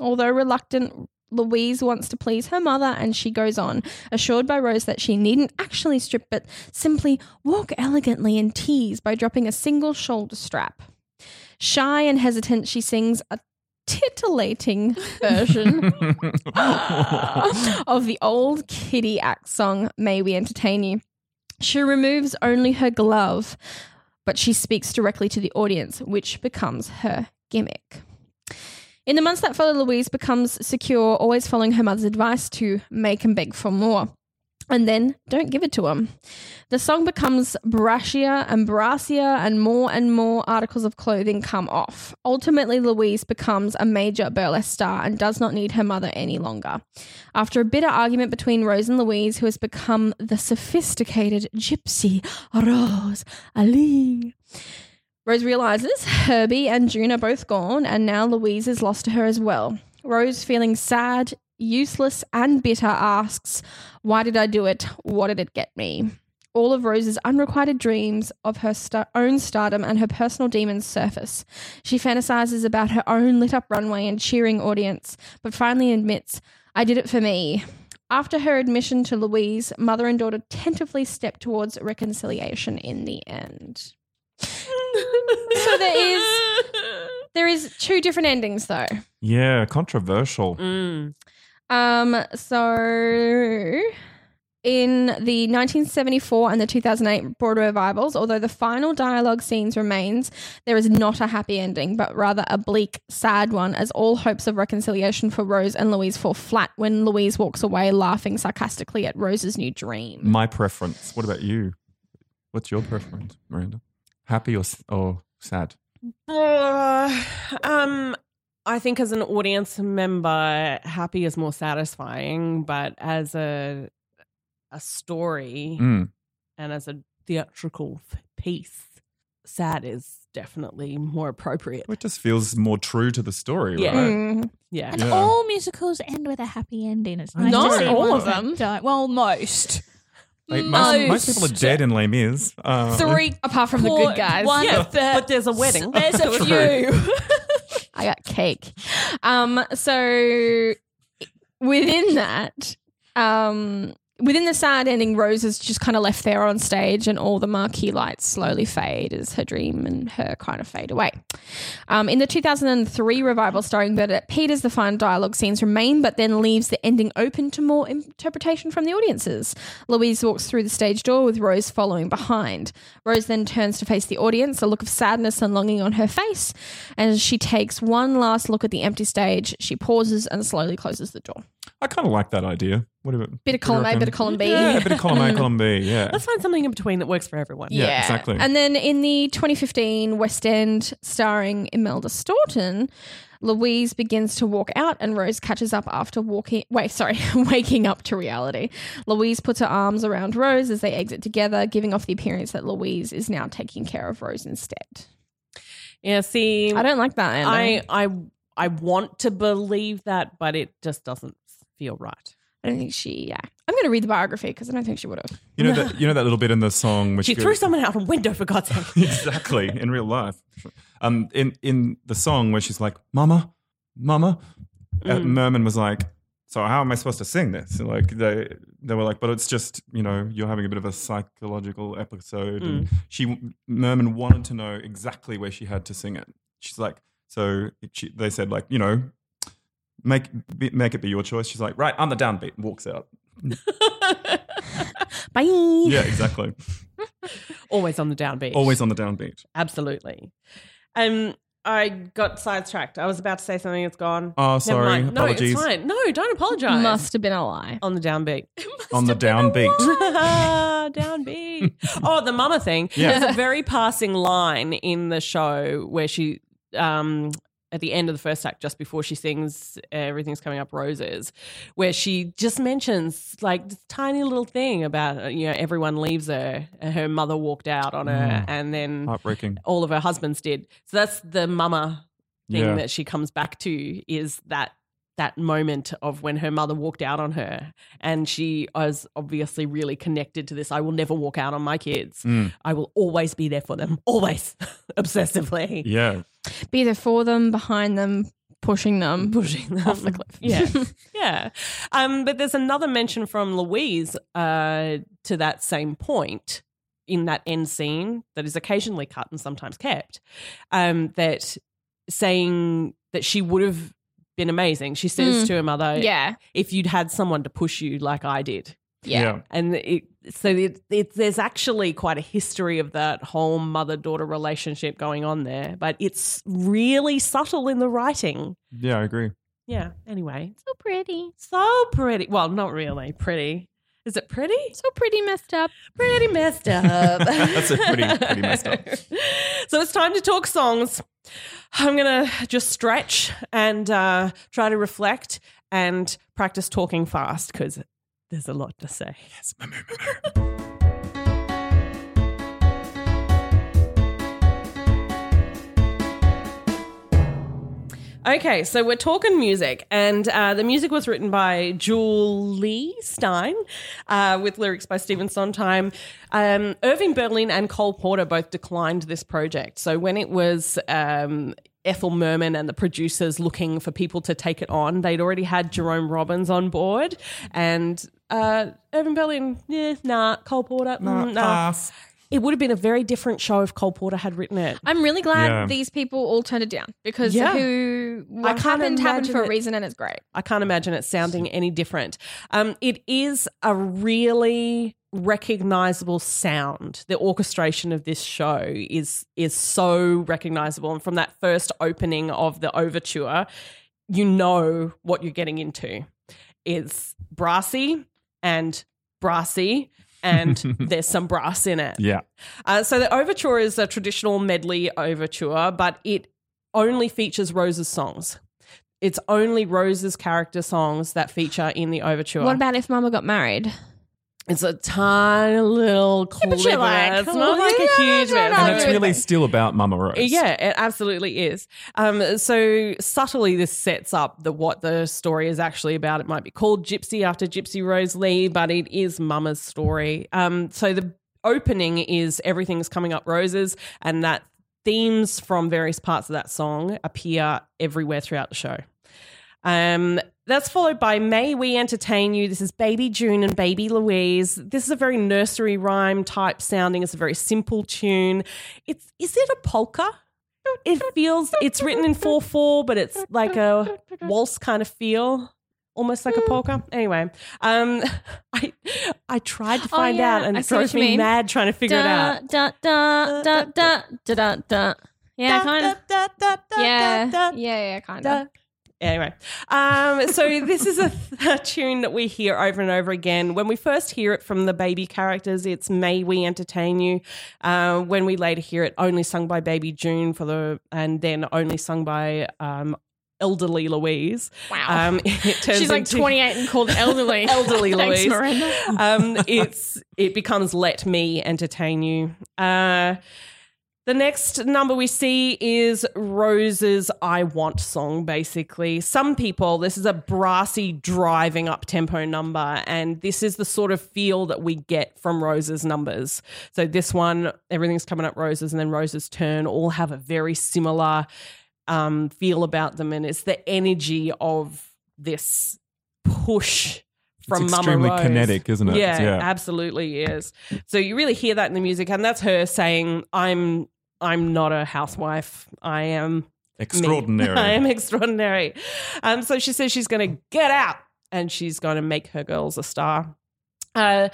Although reluctant, Louise wants to please her mother and she goes on, assured by Rose that she needn't actually strip but simply walk elegantly and tease by dropping a single shoulder strap. Shy and hesitant, she sings a titillating version of the old kitty act song, May We Entertain You. She removes only her glove, but she speaks directly to the audience, which becomes her gimmick. In the months that follow, Louise becomes secure, always following her mother's advice to make and beg for more. And then don't give it to him. The song becomes brashier and brassier, and more and more articles of clothing come off. Ultimately, Louise becomes a major burlesque star and does not need her mother any longer. After a bitter argument between Rose and Louise, who has become the sophisticated gypsy Rose Ali, Rose realizes Herbie and June are both gone, and now Louise is lost to her as well. Rose, feeling sad, useless, and bitter, asks, Why did I do it? What did it get me? All of Rose's unrequited dreams of her sta- own stardom and her personal demons surface. She fantasizes about her own lit up runway and cheering audience, but finally admits, I did it for me. After her admission to Louise, mother and daughter tentatively step towards reconciliation in the end. So there is there is two different endings though.
Yeah, controversial.
Mm.
Mm.
Um so in the 1974 and the 2008 Broadway revivals, although the final dialogue scenes remains, there is not a happy ending, but rather a bleak, sad one, as all hopes of reconciliation for Rose and Louise fall flat when Louise walks away laughing sarcastically at Rose's new dream.
My preference. What about you? What's your preference, Miranda? Happy or s- or sad?
Uh, um, I think as an audience member, happy is more satisfying, but as a a story
Mm.
and as a theatrical f- piece, sad is definitely more appropriate.
It just feels more true to the story,
Yeah.
right?
Mm.
Yeah.
And
Yeah.
all musicals end with a happy ending. It's nice
Not
to see
all
ones
of
that
them.
don't. Well, most.
Like,
Mm.
most,
Oh,
most people are
Most.
dead in Les Mis. Uh,
Three apart from the good guys.
One
Yeah,
that-
but there's a wedding.
There's a few.
I got cake. Um, so within that, um, within the sad ending, Rose is just kind of left there on stage, and all the marquee lights slowly fade as her dream and her kind of fade away. Um, in the 2003 revival starring Bernadette Peters, the final dialogue scenes remain, but then leaves the ending open to more interpretation from the audiences. Louise walks through the stage door with Rose following behind. Rose then turns to face the audience, a look of sadness and longing on her face. And as she takes one last look at the empty stage, she pauses and slowly closes the door.
I kind of like that idea. What about
Bit of column A, bit of column B.
Yeah, a bit of column A, column B. Yeah.
Let's find something in between that works for everyone.
Yeah. exactly.
And then in the 2015 West End starring Imelda Staunton, Louise begins to walk out and Rose catches up after walking wait, sorry, waking up to reality. Louise puts her arms around Rose as they exit together, giving off the appearance that Louise is now taking care of Rose instead.
Yeah, see,
I don't like that ending.
I, I, I want to believe that, but it just doesn't feel right.
I don't think she yeah. I'm gonna read the biography because I don't think she would have.
You know that you know that little bit in the song which
She
goes-
threw someone out a window for God's sake.
exactly in real life. Um, in in the song where she's like, "Mama, Mama," uh, Merman was like, "So how am I supposed to sing this?" Like they they were like, "But it's just you know you're having a bit of a psychological episode." And she Merman wanted to know exactly where she had to sing it. She's like, So it- she, they said, like, you know, make be, make it be your choice. She's like, right, I'm the downbeat, and walks out.
Bye.
Yeah, exactly.
Always on the downbeat.
Always on the downbeat.
Absolutely. Um, I got sidetracked. I was about to say something. It's gone.
Oh,
Never
sorry.
mind. No,
Apologies.
it's fine. No, don't apologize.
Must have been a lie.
on the downbeat.
On the downbeat.
downbeat. oh, the mama thing.
Yeah.
There's a very passing line in the show where she, um, at the end of the first act, just before she sings "Everything's Coming Up Roses," where she just mentions like this tiny little thing about uh, you know everyone leaves her, and her mother walked out on her,
Mm.
and then
Heartbreaking.
all of her husbands did. So that's the mama thing
Yeah.
that she comes back to is that that moment of when her mother walked out on her and she is obviously really connected to this I will never walk out on my kids.
Mm.
I will always be there for them. Always. Obsessively.
Yeah.
Be there for them, behind them, pushing them.
Pushing them
Off the cliff.
Yeah. yeah. Um, but there's another mention from Louise uh, to that same point in that end scene that is occasionally cut and sometimes kept. Um, that saying that she would have been amazing. She says
Mm.
to her mother,
Yeah.
if you'd had someone to push you like I did.
Yeah.
And it, so it, it, there's actually quite a history of that whole mother daughter relationship going on there, but it's really subtle in the writing.
Yeah, I
Mm,
agree.
Yeah. Anyway,
So pretty.
so pretty. Well, not really pretty. Is it pretty?
So pretty messed up.
Pretty messed up.
That's a pretty- pretty messed up.
So it's time to talk songs. I'm gonna just stretch and uh, try to reflect and practice talking fast because there's a lot to say. Okay, so we're talking music, and uh, the music was written by Julie Stein uh, with lyrics by Stephen Sondheim. Um, Irving Berlin and Cole Porter both declined this project. So when it was. Um, Ethel Merman and the producers looking for people to take it on. They'd already had Jerome Robbins on board, and uh, Irving Berlin, yeah, nah, Cole Porter, mm, nah,
Pass.
It would have been a very different show if Cole Porter had written it.
I'm really glad
Yeah.
these people all turned it down because
Yeah.
who what
can't
happened happened
imagine
for a
it-
reason and it's great.
I can't imagine it sounding any different. Um, it is a really recognizable sound. The orchestration of this show is is so recognizable, and from that first opening of the overture, you know what you're getting into. It's brassy and brassy, and there's some brass in it.
Yeah.
Uh, so the overture is a traditional medley overture, but it only features Rose's songs. It's only Rose's character songs that feature in the overture.
What about if Mama got married?
It's a tiny little clip.
but you're like,
it's not like
"Oh,
a
yeah,
huge
no,
bit.
no,
And it's
no,
really still about Mama Rose.
Yeah, it absolutely is. Um, so subtly, this sets up the what the story is actually about. It might be called Gypsy after Gypsy Rose Lee, but it is Mama's story. Um, so the opening is everything's coming up roses, and that themes from various parts of that song appear everywhere throughout the show. Um, that's followed by May We Entertain You. This is Baby June and Baby Louise. This is a very nursery rhyme type sounding. It's a very simple tune. It's is it a polka? It feels it's written in 4 4, but it's like a waltz kind of feel. Almost
Hmm.
like a polka. Anyway, um, I I tried to
Oh,
find
yeah.
out and
I
it
see what
drove
you
me
mean.
mad trying to figure it out.
Da, da, da, da, da, da, da, da. Yeah, kind of. Yeah, yeah, yeah, kind of.
Anyway, um, so this is a, a tune that we hear over and over again. When we first hear it from the baby characters, it's "May We Entertain You." Uh, when we later hear it, only sung by Baby June for the, and then only sung by um, elderly Louise.
Wow.
Um, it turns
She's like
into-
28 and called elderly.
Elderly
Thanks,
Louise.
Miranda.
um, it's it becomes "Let Me Entertain You." Uh, the next number we see is Rose's "I Want" song. Basically, some people this is a brassy, driving up tempo number, and this is the sort of feel that we get from Rose's numbers. So this one, everything's coming up Rose's, and then Rose's turn all have a very similar um, feel about them, and it's the energy of this push from
it's
Mama
extremely
Rose.
kinetic, isn't it?
Yeah, absolutely is. So you really hear that in the music, and that's her saying, "I'm I'm not a housewife. I am
Extraordinary.
I am extraordinary. Um, so she says she's going to get out and she's going to make her girls a star. Uh,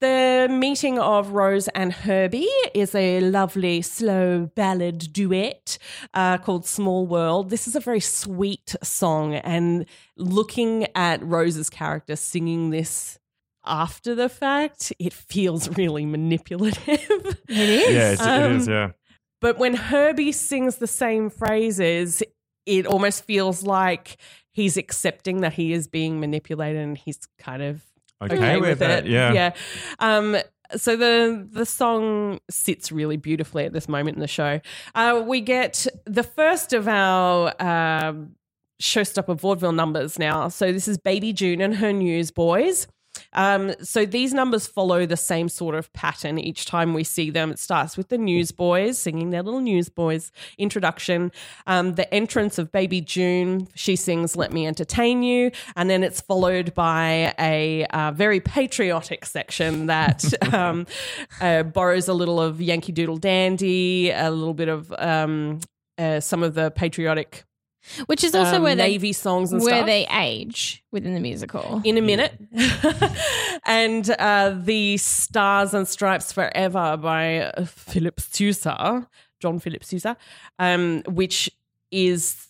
the meeting of Rose and Herbie is a lovely slow ballad duet uh, called Small World. This is a very sweet song, and looking at Rose's character singing this after the fact, it feels really manipulative. It is.
Yeah, it's, it
um,
is. Yeah.
But when Herbie sings the same phrases, it almost feels like he's accepting that he is being manipulated and he's kind of
Okay,
okay,
with, that.
it.
Yeah.
Yeah. Um, so the the song sits really beautifully at this moment in the show. Uh, we get the first of our um showstopper vaudeville numbers now. So this is Baby June and her newsboys. Um, so these numbers follow the same sort of pattern each time we see them. It starts with the newsboys singing their little newsboys introduction, um, the entrance of Baby June. She sings "Let Me Entertain You," and then it's followed by a uh, very patriotic section that um, uh, borrows a little of Yankee Doodle Dandy, a little bit of um, uh, some of the patriotic
Which is also
um,
where they
Navy songs and
where
stuff
they age within the musical.
in a minute. and uh, the Stars and Stripes Forever by uh, Philip Sousa, John Philip Sousa, um, which is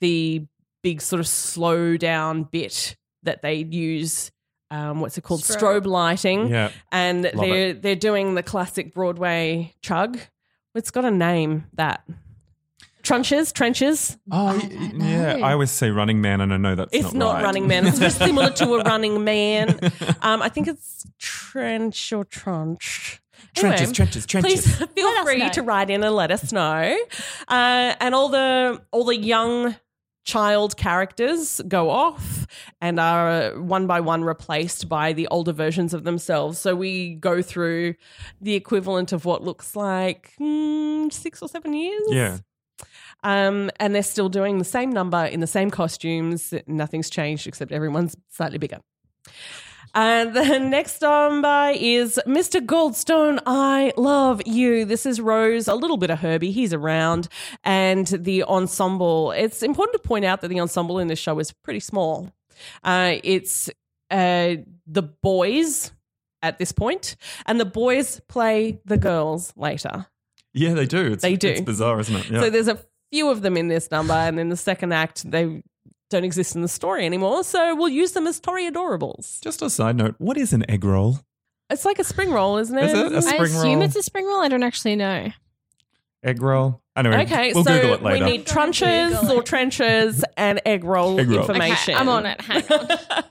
the big sort of slow down bit that they use. Um, what's it called?
Strobe.
Strobe lighting.
Yeah.
And they're they're doing the classic Broadway chug. It's got a name that trenches, trenches.
Oh, yeah. I always say Running Man, and I know that's
It's not
right.
Running Man. It's just similar to a Running Man. Um, I think it's Trench or Trench.
Trenches,
Anyway,
trenches, trenches.
Please feel free to write in and let us know. Uh, and all the all the young child characters go off and are uh, one by one replaced by the older versions of themselves. So we go through the equivalent of what looks like mm, six or seven years.
Yeah.
Um, and they're still doing the same number in the same costumes. Nothing's changed except everyone's slightly bigger. And the next on by is Mr. Goldstone, I love you. This is Rose, a little bit of Herbie, he's around, and the ensemble. It's important to point out that the ensemble in this show is pretty small. Uh, it's uh, the boys at this point, and the boys play the girls later.
Yeah, they do. It's,
They do.
It's bizarre, isn't it? Yeah.
So there's a few of them in this number, and in the second act, they don't exist in the story anymore. So we'll use them as Tory adorables.
just a side note. What is an egg roll?
It's like a spring roll, isn't it?
Is it a
I
spring
assume
roll?
it's a spring roll. I don't actually know.
egg roll? Anyway,
okay,
we'll
so
Google it later.
we need trunches or trenches and egg roll,
Egg roll. Okay,
information.
I'm on it. Hang on.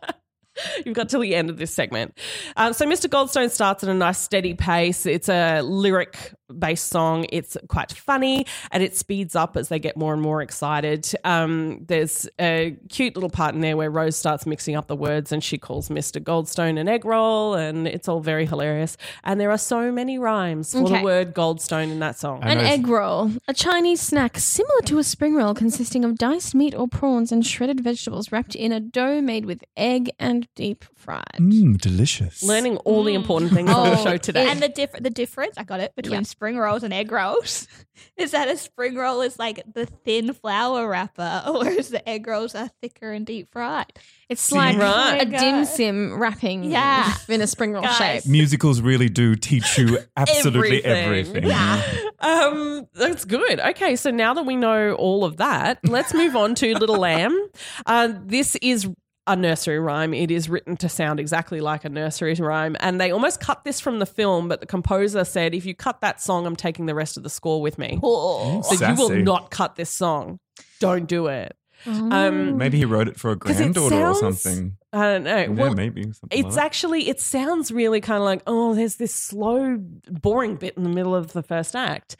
You've got till the end of this segment. Um, so, Mr. Goldstone starts at a nice steady pace. It's a lyric based song. It's quite funny and it speeds up as they get more and more excited. Um, there's a cute little part in there where Rose starts mixing up the words and she calls Mr. Goldstone an egg roll, and it's all very hilarious. And there are so many rhymes for
Okay.
the word Goldstone in that song.
I
An
know it's-
egg roll, a Chinese snack similar to a spring roll consisting of diced meat or prawns and shredded vegetables wrapped in a dough made with egg and deep fried.
Mm, delicious.
Learning all the important things on the
Oh,
show today.
And the diff- the difference I got it between spring rolls and egg rolls is that a spring roll is like the thin flour wrapper, whereas the egg rolls are thicker and deep fried.
It's like
Right.
a dim sim wrapping
Yeah.
in a spring roll
Guys.
shape.
Musicals really do teach you absolutely
Everything.
everything.
Um, that's good. Okay, so now that we know all of that, let's move on to Little Lamb. Uh, this is a nursery rhyme. It is written to sound exactly like a nursery rhyme, and they almost cut this from the film. But the composer said, "If you cut that song, I'm taking the rest of the score with me." So you will
Sassy.
not cut this song. Don't do it.
Mm.
Um,
Maybe he wrote it for a
'Cause it
granddaughter
sounds-
or something.
I don't know.
yeah,
Well,
maybe. Something like
it's
that.
actually it sounds really kind of like oh there's this slow boring bit in the middle of the first act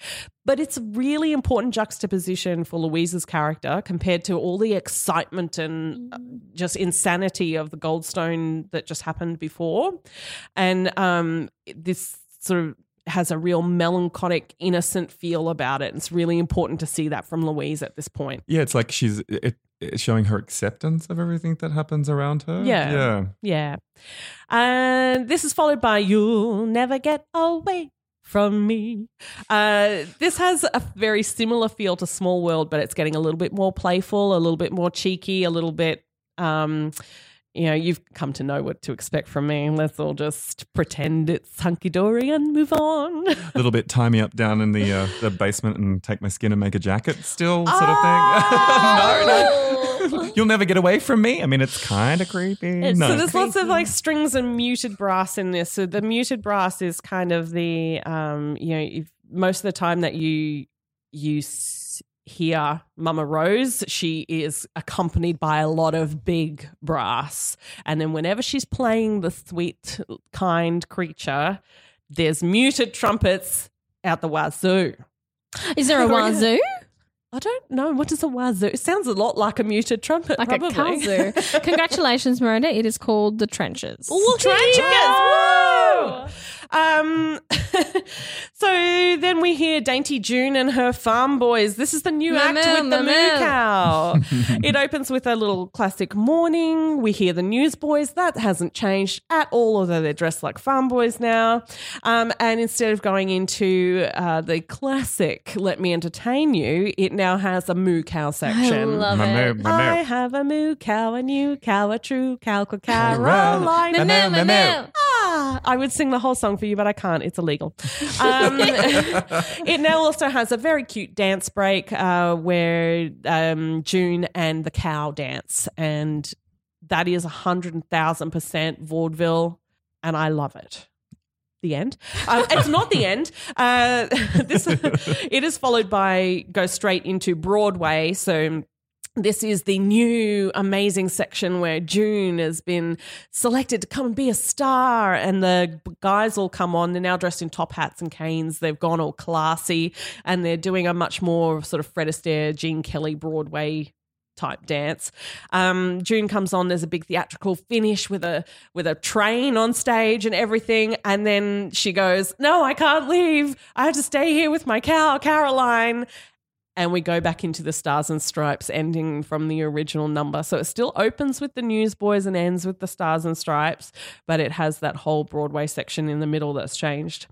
but it's a really important juxtaposition for louise's character compared to all the excitement and uh, just insanity of the goldstone that just happened before and um, this sort of has a real melancholic innocent feel about it it's really important to see that from louise at this point
Yeah, it's like she's it, it's showing her acceptance of everything that happens around her.
Yeah.
Yeah.
Yeah. And this is followed by You'll Never Get Away from me. Uh, this has a very similar feel to Small World, but it's getting a little bit more playful, a little bit more cheeky, a little bit. Um, you know, you've come to know what to expect from me. Let's all just pretend it's hunky dory and move on.
A little bit tie me up down in the uh, the basement and take my skin and make a jacket still sort of thing. no, no. You'll never get away from me. I mean, it's kind of creepy. no.
Oh. So there's lots of like strings and muted brass in this. So the muted brass is kind of the um, you know, if most of the time that you you s- hear Mama Rose, she is accompanied by a lot of big brass, and then whenever she's playing the sweet, kind creature, there's muted trumpets out the wazoo.
Is there a wazoo?
I don't know what does a wazoo. It sounds a lot like a muted trumpet,
Like
probably.
a kazoo. Congratulations, Miranda. It is called the trenches.
Trenches! Woo! Um, so then we hear Dainty June and her farm boys. This is the new
Moo
act
moo,
with the
moo
moo,
moo.
cow. it opens with a little classic morning. We hear the newsboys. That hasn't changed at all, although they're dressed like farm boys now. Um, and instead of going into uh, the classic "Let me entertain you," it now has a moo cow
I
section.
love
My
it.
moo, my
I
moo.
have a moo cow, a new cow, a true cow, called Caroline.
Caroline.
Moo, moo, moo.
Ah, I would sing the whole song for you, but I can't. It's illegal. Um, it now also has a very cute dance break uh, where um, June and the cow dance, and that is 100,000% vaudeville, and I love it. The end. Um, it's not the end. Uh, this it is followed by go straight into Broadway. So this is the new amazing section where June has been selected to come and be a star, and the b- guys all come on. They're now dressed in top hats and canes. They've gone all classy, and they're doing a much more sort of Fred Astaire, Gene Kelly Broadway type dance. Um, June comes on. There's a big theatrical finish with a with a train on stage and everything. And then she goes, "No, I can't leave. I have to stay here with my cow, Caroline." And we go back into the Stars and Stripes ending from the original number. So it still opens with the Newsboys and ends with the Stars and Stripes, but it has that whole Broadway section in the middle that's changed.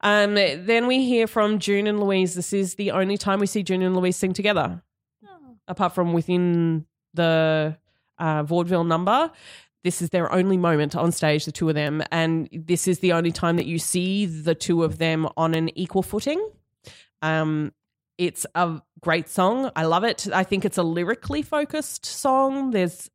Um, then we hear from June and Louise. This is the only time we see June and Louise sing together apart from within the uh, vaudeville number. This is their only moment on stage, the two of them. And this is the only time that you see the two of them on an equal footing. Um, it's a great song. I love it. I think it's a lyrically focused song. There's,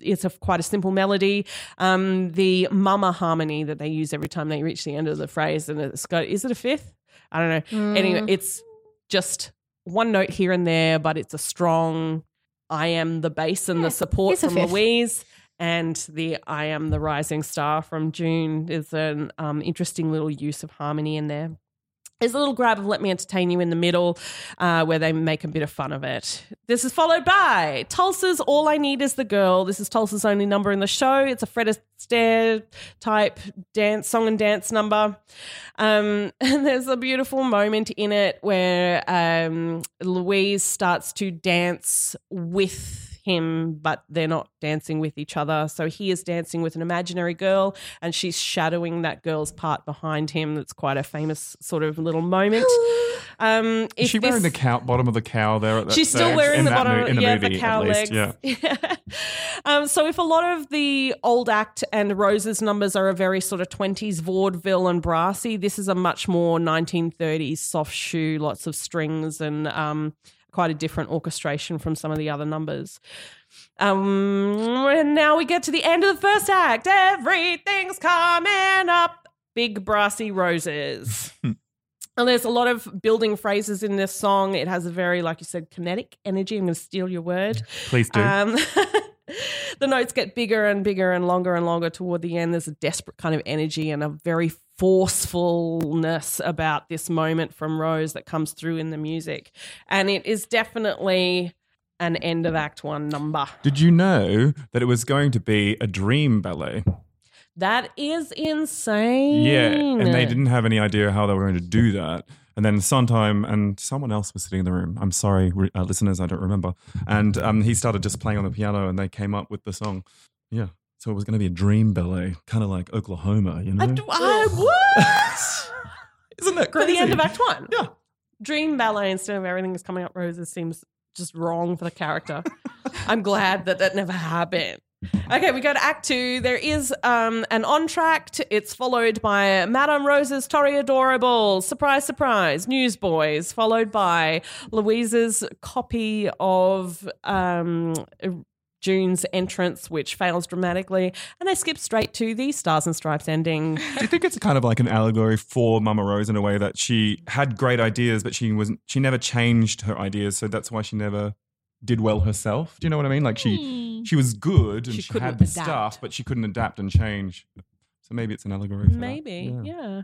it's a, quite a simple melody. Um, the mama harmony that they use every time they reach the end of the phrase, and it's got, is it a fifth? I don't
Mm.
know.
Mm.
Anyway,
Mm.
it's just one note here and there, but it's a strong I am the bass and the support
it's a
from
fifth.
Louise. And the I am the rising star from June is an um, interesting little use of harmony in there. There's a little grab of Let Me Entertain You in the middle uh, where they make a bit of fun of it. This is followed by Tulsa's All I Need Is the Girl. This is Tulsa's only number in the show. It's a Fred Astaire type dance, song and dance number. Um, and there's a beautiful moment in it where um, Louise starts to dance with him, but they're not dancing with each other. So he is dancing with an imaginary girl, and she's shadowing that girl's part behind him. That's quite a famous sort of little moment. Um,
Is
if
she wearing
this-
the cow bottom of the cow there? At that
She's still
stage?
wearing
in
the
that
bottom,
mo- in the
yeah,
movie
the cow
at least.
legs.
Yeah.
um, so if a lot of the old act and Rose's numbers are a very sort of twenties vaudeville and brassy, this is a much more nineteen thirties soft shoe, lots of strings and um, quite a different orchestration from some of the other numbers. Um, and now we get to the end of the first act. Everything's coming up. Big brassy roses. And there's a lot of building phrases in this song. It has a very, like you said, kinetic energy. I'm going to steal your word.
Please do.
Um, the notes get bigger and bigger and longer and longer toward the end. There's a desperate kind of energy and a very forcefulness about this moment from Rose that comes through in the music. And it is definitely an end of Act One number.
Did you know that it was going to be a dream ballet?
That is insane.
Yeah, and they didn't have any idea how they were going to do that. And then Sondheim and someone else was sitting in the room. I'm sorry, re- uh, listeners, I don't remember. And um, he started just playing on the piano, and they came up with the song. Yeah, so it was going to be a dream ballet, kind of like Oklahoma, you know.
I, what?
Isn't that
for
crazy?
the end of Act One.
Yeah.
Dream ballet instead of everything is coming up roses seems just wrong for the character. I'm glad that that never happened. Okay, we go to Act Two. There is um, an entr'acte. It's followed by Madame Rose's Toreadorable, surprise, surprise, Newsboys, followed by Louise's copy of um, June's entrance, which fails dramatically, and they skip straight to the Stars and Stripes ending.
Do you think it's kind of like an allegory for Mama Rose in a way that she had great ideas, but she wasn't. She never changed her ideas, so that's why she never did well herself. Do you know what I mean? Like
Hmm.
she, she was good and
She
she,
couldn't
had the
adapt.
stuff, but she couldn't adapt and change. So maybe it's an allegory. For that.
Maybe, yeah.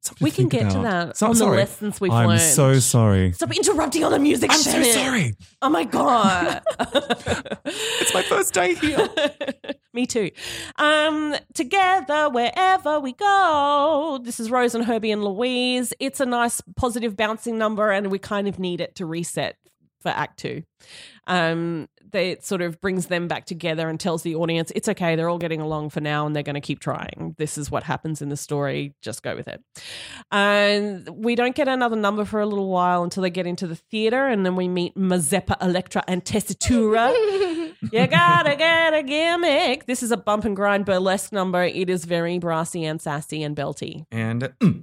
Something
We can
think
get to
about.
that
So-
on
sorry.
the lessons we've
I'm
learned.
so sorry.
Stop interrupting on the music.
I'm so
Shannon.
sorry.
Oh my god.
It's my first day here.
Me too. Um, together wherever we go. This is Rose and Herbie and Louise. It's a nice positive bouncing number, and we kind of need it to reset for Act Two. Um, they, it sort of brings them back together and tells the audience it's okay. They're all getting along for now, and they're going to keep trying. This is what happens in the story. Just go with it. And we don't get another number for a little while until they get into the theater, and then we meet Mazeppa, Electra, and Tessitura. you gotta get a gimmick. This is a bump and grind burlesque number. It is very brassy and sassy and belty.
And mm,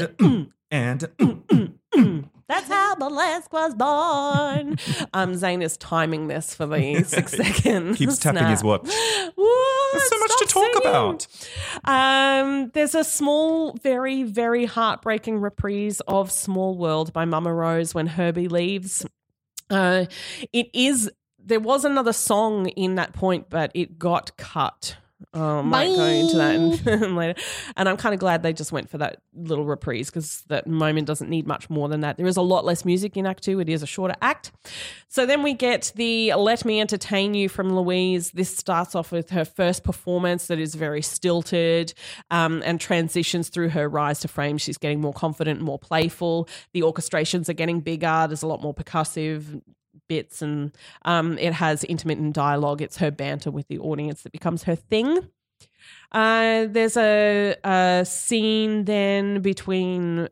And,
mm, and mm.
That's how burlesque was born. um, Zane is timing this for the six second.
Keeps tapping his
snap.
watch.
What?
There's so much to
mm. Stop
talk
singing.
about.
Um, there's a small, very, very heartbreaking reprise of Small World by Mama Rose when Herbie leaves. Uh, it is. There was another song in that point, but it got cut. Oh, I might go into that later. And I'm kind of glad they just went for that little reprise because that moment doesn't need much more than that. There is a lot less music in Act Two. It is a shorter act. So then we get the Let Me Entertain You from Louise. This starts off with her first performance that is very stilted um, and transitions through her rise to fame. She's getting more confident, more playful. The orchestrations are getting bigger. There's a lot more percussive bits and um, it has intermittent dialogue. It's her banter with the audience that becomes her thing. Uh, there's a, a scene then between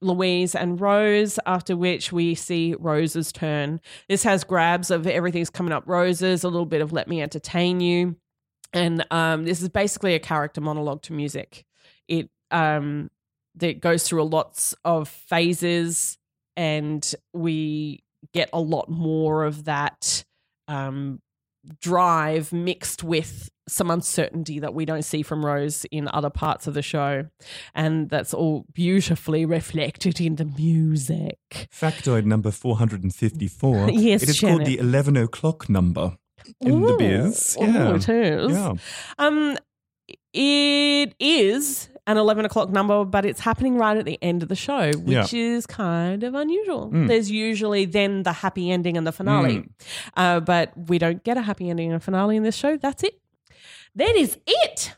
Louise and Rose, after which we see Rose's turn. This has grabs of everything's coming up Roses, a little bit of Let Me Entertain You. And um, this is basically a character monologue to music. It um, that goes through a lots of phases, and we get a lot more of that um, drive mixed with some uncertainty that we don't see from Rose in other parts of the show. And that's all beautifully reflected in the music.
Factoid number 454.
Yes,
It is
Shannon.
called the 11 o'clock number in the
Ooh.
biz.
Ooh,
Yeah.
it is.
yeah.
Um, it is an 11 o'clock number, but it's happening right at the end of the show, which is kind of unusual. There's usually then the happy ending and the finale, uh, but we don't get a happy ending and finale in this show. That's it. That is it.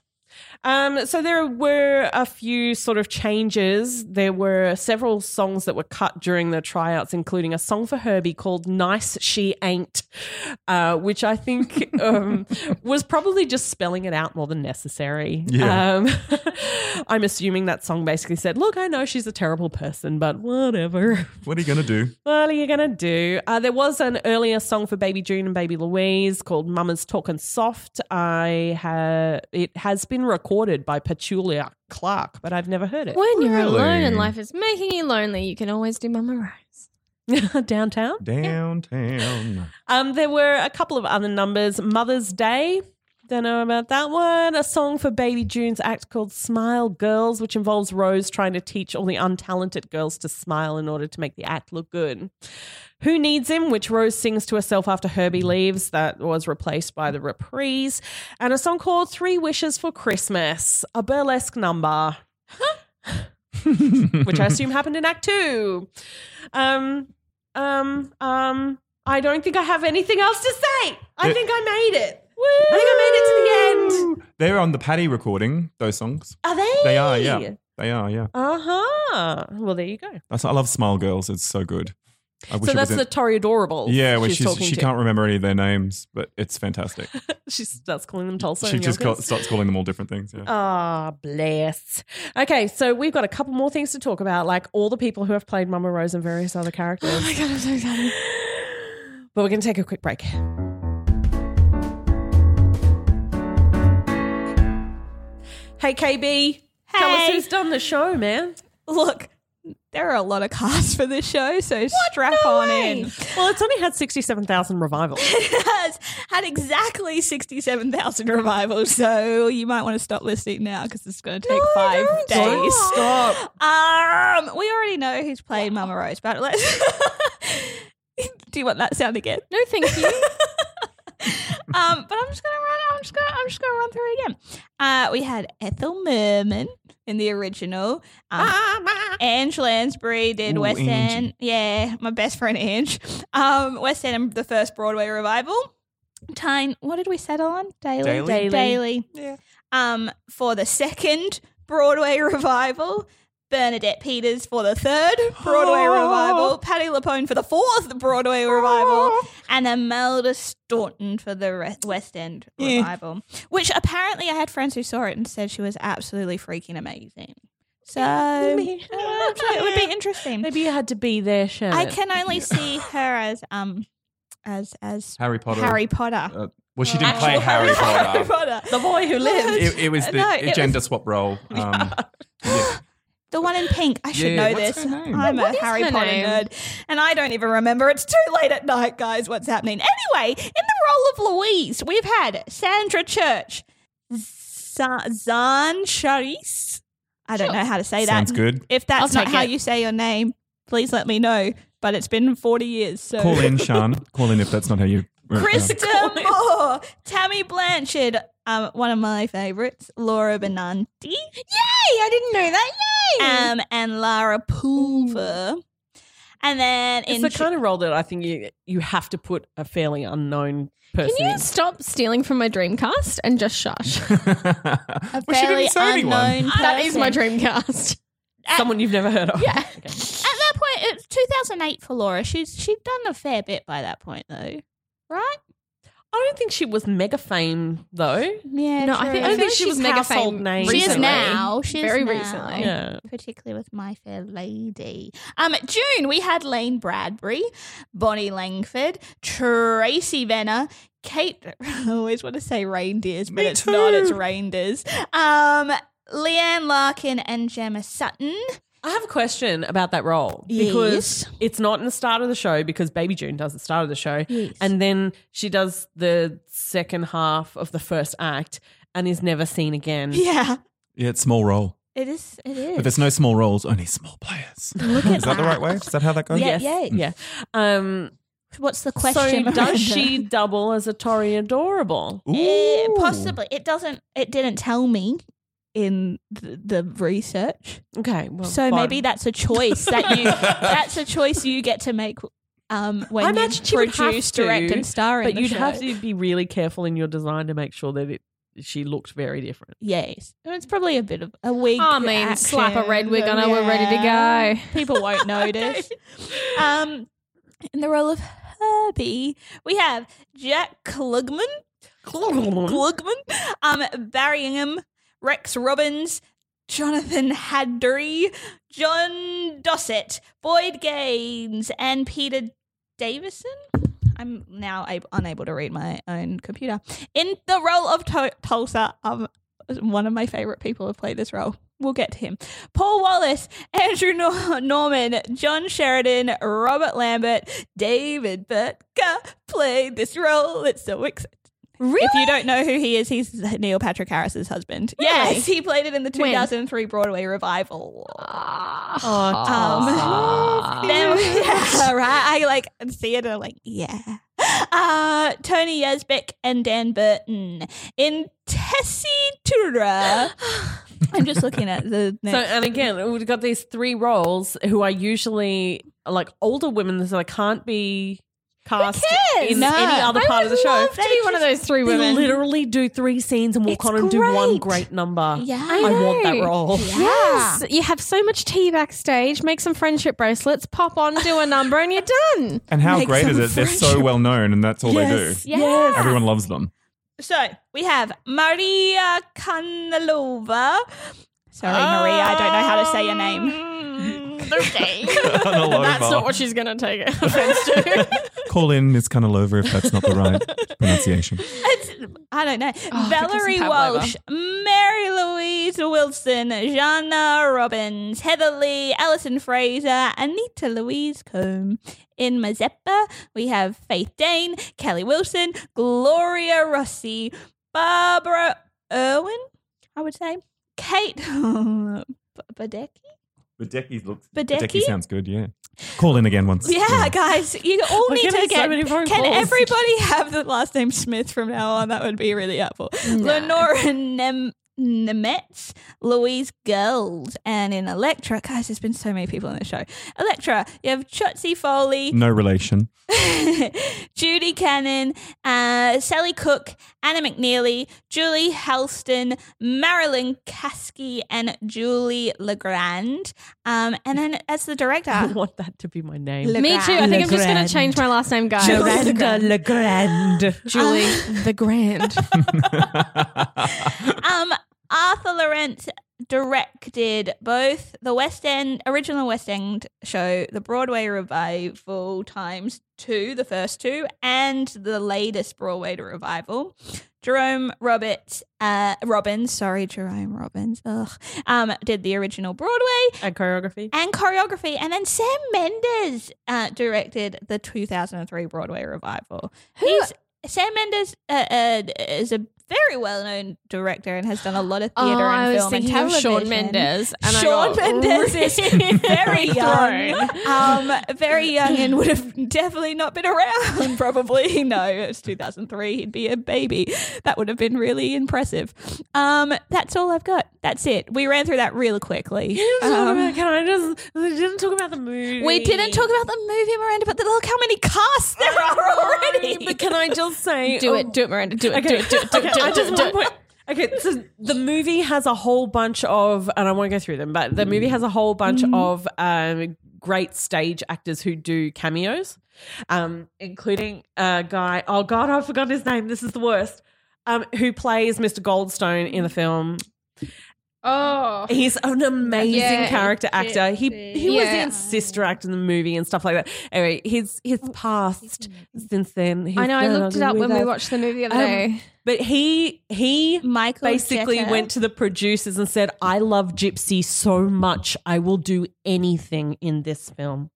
Um, so there were a few sort of changes. There were several songs that were cut during the tryouts, including a song for Herbie called "Nice She Ain't," uh, which I think um, was probably just spelling it out more than necessary.
Yeah.
Um, I'm assuming that song basically said, "Look, I know she's a terrible person, but whatever."
What are you going to do?
What are you going to do? Uh, there was an earlier song for Baby June and Baby Louise called Mama's Talkin' Soft. I ha- It has been recorded by Petulia Clark, but I've never heard it.
When you're
Really?
alone and life is making you lonely, you can always do Mama Rose.
Downtown?
Downtown.
Um, there were a couple of other numbers. Mother's Day. Don't know about that one. A song for Baby June's act called Smile Girls, which involves Rose trying to teach all the untalented girls to smile in order to make the act look good. Who Needs Him, which Rose sings to herself after Herbie leaves, that was replaced by the reprise. And a song called Three Wishes for Christmas, a burlesque number, which I assume happened in Act Two. Um, um, um, I don't think I have anything else to say. I
Yeah.
think I made it. I think I made it to the end.
They're on the Paddy recording, those songs.
Are they?
They are, yeah. They are, yeah.
Uh huh. Well, there you go.
That's, I love Smile Girls. It's so good. I wish
So
it
that's the
wasn't-
Toreadorable.
yeah, where
she's,
she's,
talking
she
to.
can't remember any of their names, but it's fantastic.
She starts calling them Tulsa.
she
and
just
Yonkers.
ca- starts calling them all different things. Yeah.
Ah, bless. Okay, so we've got a couple more things to talk about, like all the people who have played Mama Rose and various other characters. Oh my god, I'm so excited. But we're going to take a quick break. Hey, KB. Tell us
Hey.
who's done the show, man.
Look, there are a lot of casts for this show, so strap on in.
Well, it's only had 67,000 revivals.
It has had exactly 67,000 revivals, so you might want to stop listening now because it's going to take five days.
Stop.
Um, we already know who's played Mama Rose, but let's. Do you want that sound again?
No, thank you.
Um, but I'm just gonna run. I'm just gonna. I'm just gonna run through it again. Uh, we had Ethel Merman in the original.
Ah,
Um, Ange Lansbury did
Ooh,
West
Angie.
End. Yeah, my best friend Ange. Um, West End and the first Broadway revival. Tyne, what did we settle on? Daily.
Daly.
Daily. Yeah. Um, for the second Broadway revival. Bernadette Peters for the third Broadway revival, Patty Lapone for the fourth Broadway revival, and Imelda Staunton for the re- West End revival, which apparently I had friends who saw it and said she was absolutely freaking amazing. So uh, it would be interesting.
Maybe you had to be there, Shannon.
I can only see her as um as as
Harry Potter.
Harry Potter.
Uh, um, well,
Oh,
she didn't play Harry
Harry
Potter.
Potter.
The boy who lived.
It, it was the
No, it was-
gender swap role. Um, yeah.
The one in pink. I should
Yeah,
know
what's
this.
her name?
I'm
What
a
is
Harry
her
Potter
name?
nerd. And I don't even remember. It's too late at night, guys. What's happening? Anyway, in the role of Louise, we've had Sandra Church, Za- Zan Charisse. I don't know how to say
Sounds
that.
good.
If that's
I'll
not
take
how
it.
you say your name, please let me know. But it's been 40 years. So.
Call in, Sean. Call in if that's not how you. uh,
Krista Moore, Tammy Blanchard, um, one of my favorites, Laura Benanti. Yay! I didn't know that. Yay! Um, and Lara Pulver. And then
It's
in
the kind of role that I think you you have to put a fairly unknown person
Can you
in.
stop stealing from my Dreamcast and just shush?
well, she
fairly
didn't say anyone.
unknown
that is my
person.
Dreamcast.
Someone you've never heard of.
Yeah.
At that point, it's 2008 for Laura. She's she'd done a fair bit by that point, though, right?
I don't think she was mega fame though.
Yeah.
No, I think,
I feel
I don't think
like
she
she
was
was
mega
household
fame.
name.
Recently.
She is now. She is
very
now.
recently.
Yeah.
particularly with My Fair Lady. Um, June, we had Lane Bradbury, Bonnie Langford, Tracy Venner, Kate. I always want to say reindeers, but it's not. It's reindeers. Um, Leanne Larkin and Gemma Sutton.
I have a question about that role because it's not in the start of the show because Baby June does the start of the show, and then she does the second half of the first act and is never seen again.
Yeah,
Yeah, it's small role.
it is. It is.
But there's no small roles, only small players. Is that, the right way? Is that how that goes?
Yeah,
Yes. Yeah. Um,
What's the
so
question? Miranda?
does she double as a Tory adorable?
Eh,
Ooh.
possibly. It doesn't. It didn't tell me in the, the research.
Okay. Well,
So
fine.
maybe that's a choice that you that's a choice you get to make um when
I
you
imagine she would have
produce,
to,
direct, and star in
But
the
you'd
show.
have to be really careful in your design to make sure that it she looked very different.
Yes, And it's probably a bit of a wig.
I mean, slap a red
action,
wig on her, we're ready to
yeah.
go.
People won't notice. um, in the role of Herbie, we have Jack Klugman, Klugman, um, Barry Ingham, Rex Robbins, Jonathan Hadry, John Dossett, Boyd Gaines, and Peter Davison. I'm now ab- unable to read my own computer. In the role of to- Tulsa, um, one of my favorite people have played this role. We'll get to him. Paul Wallace, Andrew Nor- Norman, John Sheridan, Robert Lambert, David Burtka played this role. It's so exciting. Really? If you don't know who he is, he's Neil Patrick Harris's husband. Yes, he played it in the 2003 Broadway revival. Um, then, yeah, right? I like see it and I'm like, yeah. Uh, Tony Yazbek and Dan Burton in Tessitura. I'm just looking at the
So
next.
and again, we've got these three roles who are usually like older women, so they can't be cast
cares?
in
No.
any other
I
part of
would
the show.
love to be one of those
They
three women.
literally do three scenes and walk
It's
on and do one
great.
great number.
Yeah.
I, want that
know.
role.
Yes, you have so much tea backstage. Make some friendship bracelets. Pop on, do a number, and you're done.
And how
Make
great is
some
it? They're so
friendship.
well known, and that's all they do.
Yes.
Everyone loves them.
So we have Maria Kanalova. Sorry, Maria, I don't know how to say your name.
That's
she's gonna take offense to.
Call in Miss Kanalova if that's not the right pronunciation.
I don't know.
Oh,
Valerie
give us some
Walsh, Mary Louise Wilson, Jana Robbins, Heather Lee, Alison Fraser, Anita Louise Combe. In Mazeppa, we have Faith Dane, Kelly Wilson, Gloria Rossi, Barbara Irwin, I would say, Kate Badecki.
Badecki looks.
Badecki?
Badecki sounds good. Yeah. Call in again once.
Yeah, guys, you all
We're
need to
getting so
get.
many phone
can
calls.
everybody have the last name Smith from now on? That would be really helpful. Lenora Nem- Nemetz, Louise Girls, and in Electra, guys, there's been so many people on the show. Electra, you have Chotzi Foley,
No relation.
Mm.
Judy Cannon, uh, Sally Cook, Anna McNeely, Julie Halston, Marilyn Kasky, and Julie Legrand. Um, and then as the
I
director,
want that to be my name.
Me too. I think I'm just gonna
Legrand.
change my last name, guys.
Miranda Legrand.
Julie the Grand.
um, Arthur Laurent directed both the West End original West End show, the Broadway revival times two, the first two, and the latest Broadway revival. Jerome Roberts, uh, Robbins, sorry, Jerome Robbins, ugh, um, did the original Broadway
And choreography.
and choreography, and then Sam Mendes uh, directed the 2003 Broadway revival. He's Sam Mendes uh, uh, is a very well-known director and has done a lot of theatre and
Oh, I was
film and
thinking of
television.
Shawn Mendes. And
Shawn
I got
Mendes is very young,
thrown.
um, very young, and would have definitely not been around. Probably no, it's 2003. He'd be a baby. That would have been really impressive. Um, that's all I've got. That's it. We ran through that really quickly. Um,
Can I just? We didn't talk about the movie.
we didn't talk about the movie Miranda, but look how many casts there are already.
But can I just say?
Oh, Do
oh,
it, do it, Miranda. Do it,
Okay,
do it, do it, do it,
okay,
do it,
I
do
just want
it, do
to
it.
point. Okay, so the movie has a whole bunch of, and I won't go through them, but the movie has a whole bunch
Mm-hmm.
of um, great stage actors who do cameos, um, including a guy. Oh God, I've forgotten his name. This is the worst. Um, who plays Mr. Goldstone in the film?
Oh.
He's an amazing
Yeah,
character actor. He he
Yeah. Oh,
was in Sister Act in the movie and stuff like that. Anyway, his his past since then. he's
I know, I
no
looked it
longer
up when
with
we
us.
watched the movie the other
Um,
day.
But he he
Michael
basically
Jetta.
went to the producers and said, "I love Gypsy so much, I will do anything in this film."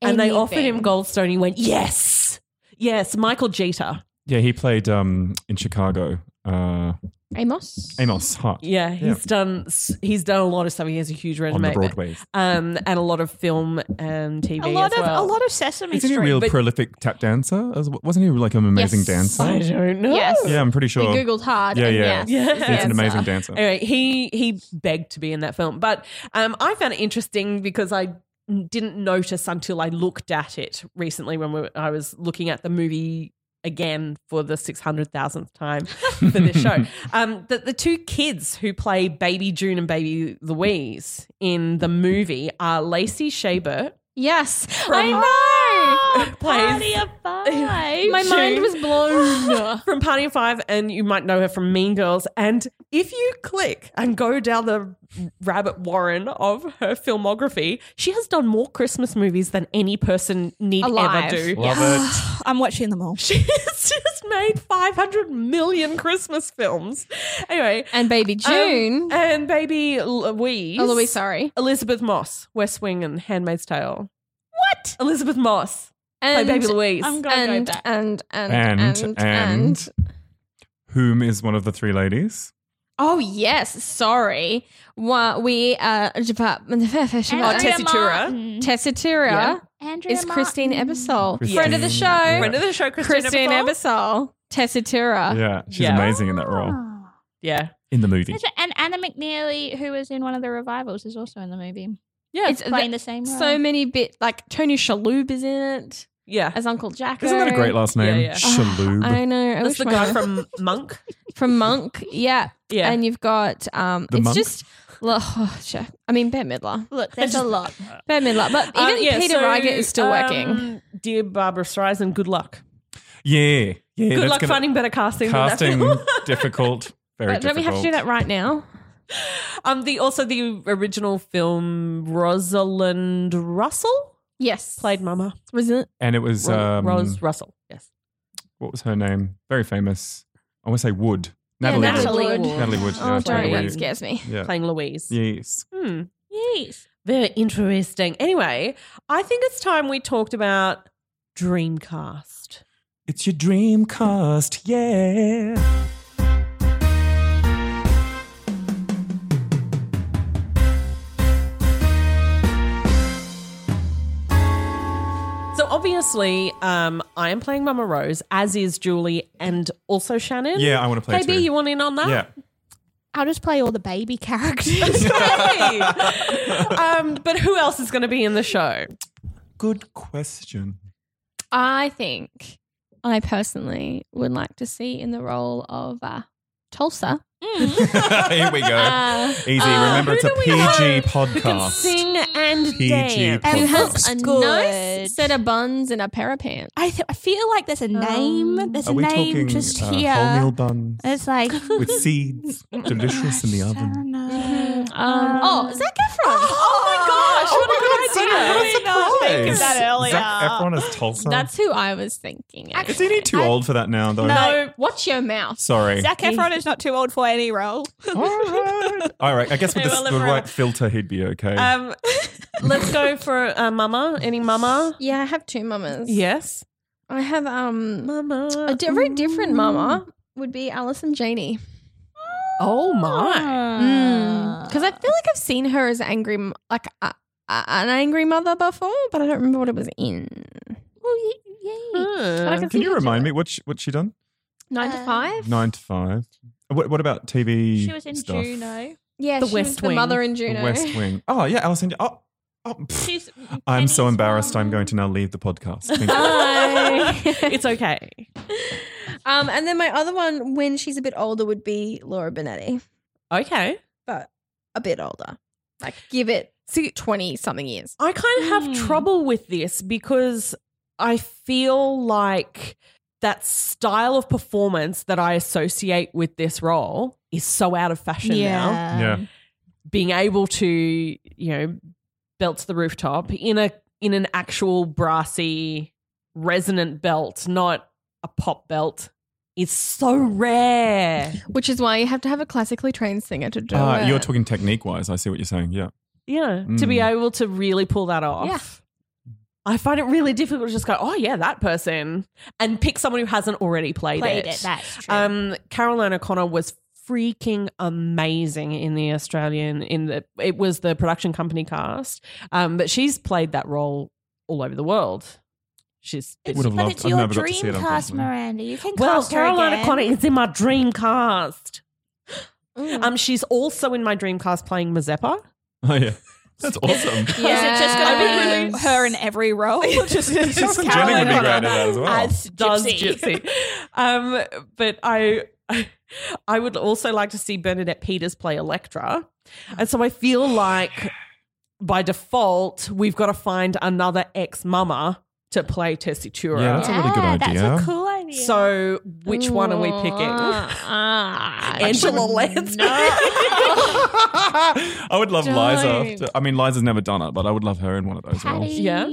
And they offered him
Anything.
Goldstone. He went, "Yes, yes." Michael Jeter.
Yeah, he played um, in Chicago. Uh,
Amos?
Amos Hart
Yeah, he's done. s- He's done a lot of stuff. He has a huge
on
resume,
the
but-
Broadways.
um, and a lot of film and TV.
a lot
as
of
well.
a lot of Sesame
Isn't he a
Street.
real
but-
prolific tap dancer? As- Wasn't he like an amazing
Yes.
dancer?
don't
Oh.
know.
Yes.
Yeah, I'm pretty
We
sure.
Googled hard.
Yeah,
and
yeah.
yes,
Yeah.
it's the
He's an
answer.
amazing dancer.
Anyway, he he begged to be in that film, but um, I found it interesting because I didn't notice until I looked at it recently when we, were- I was looking at the movie again for the six hundred thousandth time for this show. Um, that the two kids who play Baby June and Baby Louise in the movie are Lacey Shabert.
Yes.
From-
I know.
Plays
My mind was blown.
from Party of Five, and you might know her from Mean Girls. And if you click and go down the rabbit warren of her filmography, she has done more Christmas movies than any person need
Alive.
ever do.
Love it.
I'm watching them all.
She has just made 500 million Christmas films. Anyway,
and baby
um,
June.
and baby Louise.
oh, Louise, sorry.
Elizabeth Moss, West Wing and Handmaid's Tale. What? Elizabeth Moss. Play
And,
Baby Louise.
I'm gonna
and,
go back.
and, and,
And,
and,
and, whom is one of the three ladies?
Oh, yes. Sorry. Wha- We, uh,
Oh,
Tessitura.
Tessie Tura.
Mm.
Tessitura
Yeah.
Andrea
is Christine
Martin.
Ebersole.
Christine,
Friend of the show.
yeah.
Friend of the show, Christine,
Christine Ebersole. Tessitura.
Yeah, she's
Yeah.
amazing in that role
Oh.
Yeah.
in the movie.
That's right. And Anna McNeely, who was in one of the revivals, is also in the movie.
Yeah. It's
Playing the same role.
so many bit like Tony Shalhoub is in it.
Yeah.
as Uncle Jacko.
Isn't that a great last name?
Yeah, yeah.
Shaloub.
I know. I
That's
wish
the
my-
guy from Monk.
from Monk. Yeah.
Yeah.
And you've got um
The
it's
Monk?
just lo- oh, shit. I mean Bette Midler.
Look, there's a lot.
Bette Midler. But even
Um, yeah,
Peter
so,
Riegert is still working.
um, Dear Barbara Streisand, good luck.
yeah. Yeah.
Good
that's
luck
gonna-
finding better casting. than that
Casting
film.
difficult. Very
But don't
difficult.
we have to do that right now?
um, the also the original film Rosalind Russell
Yes.
played Mama.
Was it
And it was
Ro-
um,
Rose Russell. Yes.
What was her name? Very famous. I want to say Wood.
Yeah,
Natalie,
Natalie
Wood.
Wood.
Wood.
Natalie Wood.
Oh,
yeah,
don't.
Natalie
That
Wood.
scares me.
Yeah.
Playing Louise.
Yes.
Hmm.
Yes.
Very interesting. Anyway, I think it's time we talked about Dreamcast.
It's your dream cast, yeah.
So obviously, um, I am playing Mama Rose, as is Julie, and also Shannon.
Yeah, I want to play
KB,
too.
you want in on that?
yeah.
I'll just play all the baby characters.
Hey! um, but who else is going to be in the show?
Good question.
I think I personally would like to see in the role of uh, Tulsa.
Here we go.
Uh,
Easy. Remember, it's a PG podcast.
Sing and
PG
dance.
podcast.
who has
looks
a
good.
nice set of buns and a pair of pants.
I, th- I feel like there's a
Um,
name. There's
Are
a
we
name
talking
just
uh,
here.
wholemeal buns
It's like
with seeds, delicious in the oven?
Oh,
Um, oh, Zac Efron.
my gosh!
what a good idea.
Think of
Nice.
that earlier.
Zac Efron is Tulsa.
That's who I was thinking.
is he too old for that now, though?
No, watch your mouth.
Sorry.
Zac Efron is not too old for any role.
All right. All right. I guess with
They
this,
will
the
live forever.
right filter, he'd be okay.
Um, let's go for uh, Mama. Any Mama?
Yeah, I have two mamas.
Yes.
I have um
Mama.
a di- very different mama would be Alison Janney.
Oh, my.
Because Mm, I feel like I've seen her as angry, m- like a, a, an angry mother before, but I don't remember what it was in.
Well, yeah,
Hmm.
Can you remind me what she, what she done?
Nine to
Uh,
five.
Nine to five. What, what about TV?
She was in
stuff?
Juno.
Yeah,
The
she was
West
the
Wing.
mother in
The
Juno.
West Wing. Oh yeah, Alison. Oh, oh pff.
She's.
I'm so
Penny's
embarrassed. I'm
mum.
going to now leave the podcast. Thank you.
Bye.
It's okay.
um, and then my other one, when she's a bit older, would be Laura Benetti,
Okay.
but a bit older. Like give it
See,
twenty something years.
I kind of have
Mm.
trouble with this because I feel like that style of performance that I associate with this role is so out of fashion now.
Yeah.
Being able to, you know, belt to the rooftop in a in an actual brassy resonant belt, not a pop belt, is so rare.
Which is why you have to have a classically trained singer to do
Ah,
it.
you're talking technique wise. I see what you're saying. Yeah.
Yeah. To be
Mm.
able to really pull that off.
Yeah.
I find it really difficult to just go, oh, yeah, that person, and pick someone who hasn't already played,
Played it. That's true.
Um, Caroline O'Connor was freaking amazing in the Australian. In the it was the production company cast, um, but she's played that role all over the world. She's
It's-
Would have
but
loved-
it's
I've
your
never got to
dream
see it,
cast,
unfortunately.
Miranda. You can
well,
cast her
Caroline
again.
O'Connor is in my dream cast.
Mm.
Um, she's also in my dream cast playing Mazeppa.
Oh yeah. That's awesome.
Is it just going to be
Yes.
her in every role? just,
Alison Jenny would be great at that as well.
As
does
Gypsy.
Gypsy. um, but I, I would also like to see Bernadette Peters play Electra, and so I feel like by default we've got to find another ex-mama to play Tessitura.
Yeah, that's a really good
Yeah,
idea.
That's a cool idea.
So which one are we picking?
Ah,
Angela Lansbury.
I would love Liza.
Don't.
to- I mean, Liza's never done it, but I would love her in one of those roles.
Yeah.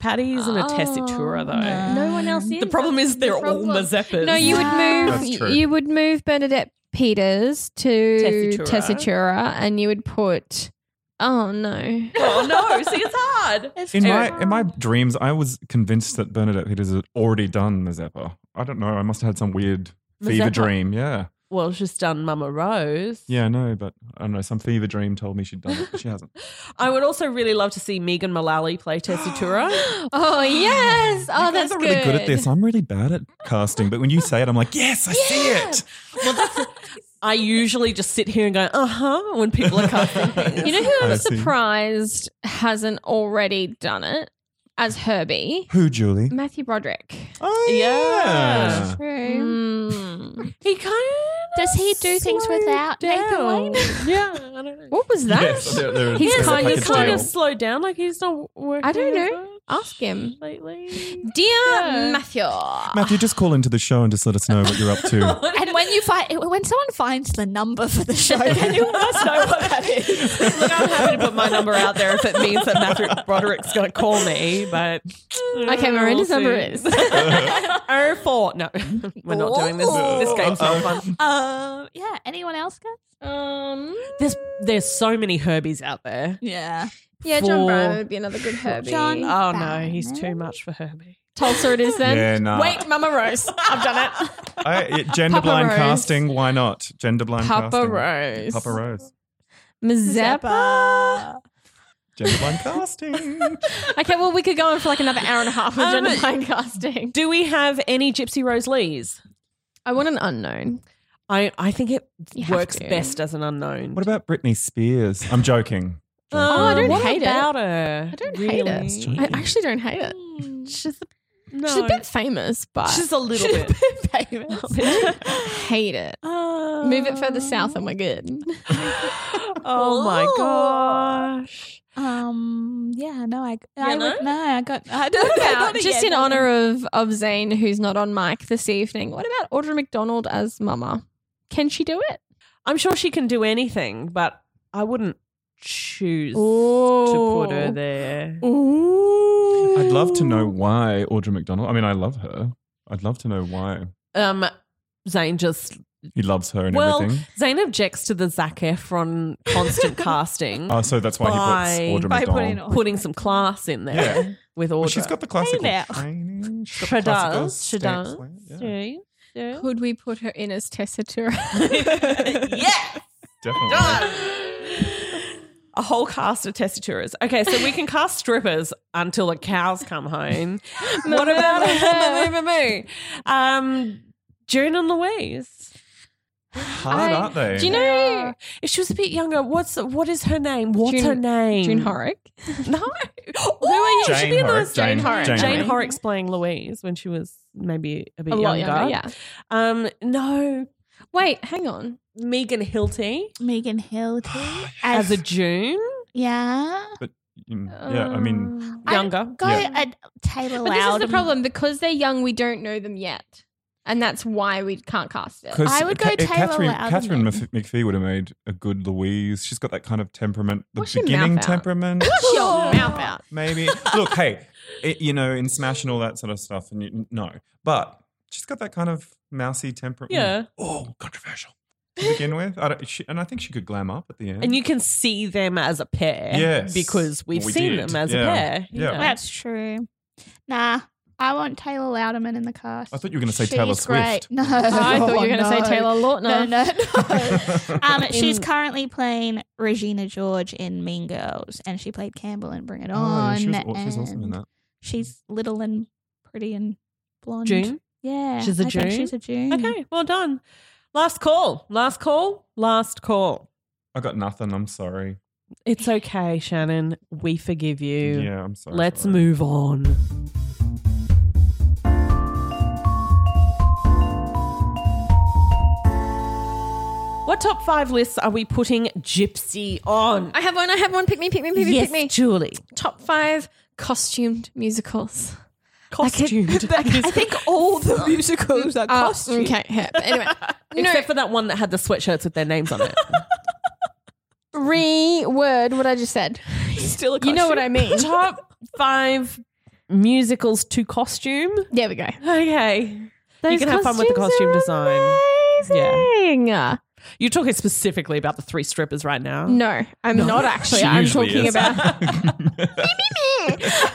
Patty isn't a Tessitura though.
Oh, No one else is.
The problem is they're all
problem.
Mazeppas.
No, you would move.
That's true.
You would move Bernadette Peters to
Tessitura.
Tessitura, and you would put. Oh no!
Oh no! See, it's hard.
In my in my dreams, I was convinced that Bernadette Peters had already done Mazeppa. I don't know. I must have had some weird fever
Mazeppa?
dream. Yeah.
Well, she's done Mama Rose.
Yeah, I know, but I don't know. Some fever dream told me she'd done it, but she hasn't.
I would also really love to see Megan Mullally play Tessitura.
Oh yes! Oh,
You guys
that's
are
good.
really good at this. I'm really bad at casting, but when you say it, I'm like, yes, I see it.
I usually just sit here and go, uh huh, when people are casting things.
You know who
I
I'm
see.
surprised hasn't already done it? as Herbie,
Who, Julie?
Matthew Broderick. Mm.
Oh, yeah.
True.
He kind of
Does he do things without Nathan Lane?
yeah, I don't know.
What was that?
Yes, there- there-
He's
there's a
kind of-
package
kind
deal.
of
slowed down. Like he's not working.
I don't
as
know.
much
Ask him.
lately.
Dear Matthew.
Matthew, just call into the show and just let us know what you're up to.
And when you find, when someone finds the number for the show,
Can you let us know what that is? Look, I'm happy to put my number out there if it means that Matthew Broderick's going to call me, but.
Okay, Miranda's number is.
Oh four. No, we're not doing this.
Oh.
This game's not fun. Uh,
um, yeah. Anyone else, guys?
um,
There's, there's so many Herbies out there.
Yeah.
yeah, John
Four.
Brown would be another good Herbie.
John-
Oh no, he's too much for Herbie.
Tulsa it is then.
yeah, nah.
Wait, Mama Rose. I've done it.
I, yeah, gender
Papa
blind
Rose.
casting, why not? Gender blind
Papa
casting.
Rose.
Papa Rose.
Mazeppa.
Gender blind casting.
Okay, well, we could go on for like another hour and a half with
Um,
gender blind casting.
Do we have any Gypsy Rose Lees?
I want an unknown.
I, I think it
You have
works
to.
best as an unknown. Um,
What about Britney Spears? I'm joking.
Oh, I don't
what
hate it.
about her?
I don't hate it. I actually don't hate it. She's a,
No.
she's a bit famous, but
She's a little bit.
famous. hate it. Move it further south and we're good.
Oh my
Ooh.
gosh.
Um. Yeah. No. I. I
know?
would, no. I got. I don't
What
know.
about,
Not
just
yet,
in
no.
honor of of Zane, who's not on mic this evening, what about Audra McDonald as Mama? Can she do it?
I'm sure she can do anything, but I wouldn't choose to put her
Ooh.
there.
Ooh.
I'd love to know why Audra McDonald. I mean, I love her. I'd love to know why.
Um, Zane just
He loves her and
well,
everything.
Zane objects to the Zac Efron constant casting,
Oh, so that's why
by-
he puts Audra
by
McDonald.
putting on-
putting some class in there
Yeah.
with
Well,
Audra.
she's got the classical
now.
training. She's
She
got the classical
does. She
stance
does.
land. Yeah,
Yeah. Yeah.
Could we put her in as Tessitura?
Definitely.
A whole cast of tessituras. Okay, so we can cast strippers until the cows come home. what about Moo, moo, moo? um, June and Louise?
Hard, aren't they?
Do you know
If she was a bit younger, what's what is her name? What's
June-
her name?
June
Mm.
Horrock?
No. Who are you?
Jane
She'd be in
Horrocks,
those- Jane
Jane-
Horrocks. Jane,
Jane
Jane
Horrocks.
Horrocks playing Louise when she was maybe a bit
A lot
younger.
younger, yeah.
Um, no,
Wait, hang on.
Megan Hilty
Megan Hill. too.
as, a June,
yeah.
But mm, yeah, I mean,
younger.
Go
Yeah.
a Taylor
But this is
Loud.
the problem because they're young, we don't know them yet, and that's why we can't cast it.
Um,
because
I would go Taylor
Catherine,
Lautner.
Catherine Mc- McPhee would have made a good Louise. She's got that kind of temperament, the
Wash your
beginning
mouth out.
temperament,
your mouth out.
maybe. Look, hey, it, you know, in Smash and all that sort of stuff, and you, no, but she's got that kind of mousy temperament.
Yeah.
Oh, controversial to begin with. I don't, she, and I think she could glam up at the end.
And you can see them as a pair.
Mm-hmm. Yes.
Because we've
Well, we
seen
did.
them as a
Yeah.
pair. you
Yeah.
know.
That's true. Nah, I want Taylor Louderman in the cast.
I thought you were going to say
She's
Taylor Swift.
Great. No,
I thought you were going to
Oh, no.
say Taylor
No,
Lautner.
Oh,
no, no. um, she's currently playing Regina George in Mean Girls, and she played Campbell in Bring It On.
Oh, she was, aw- she was awesome in
and
that.
She's little and pretty and blonde.
June.
Yeah.
She's a
I
June?
think she's a June.
Okay, well done. Last call. Last call. Last call.
I got nothing. I'm sorry.
It's okay, Shannon. We forgive you.
Yeah, I'm sorry.
Let's
sorry.
move on. What top five lists are we putting Gypsy on?
I have one. I have one. Pick me. Pick me. Pick me.
yes,
pick me.
Julie.
Top five costumed musicals.
Costumed.
I think all the musicals are costumed. Uh, Okay. yeah. But Anyway, no.
uh, Except for that one that had the sweatshirts with their names on it.
Reword what I just said.
Still a
You know what I mean.
top five musicals to costume.
There we go.
Okay. you can have fun with the costume
costumes are
design.
amazing.
You're talking specifically about the three strippers right now.
No, I'm not actually.
She
I'm
usually
talking
is.
about.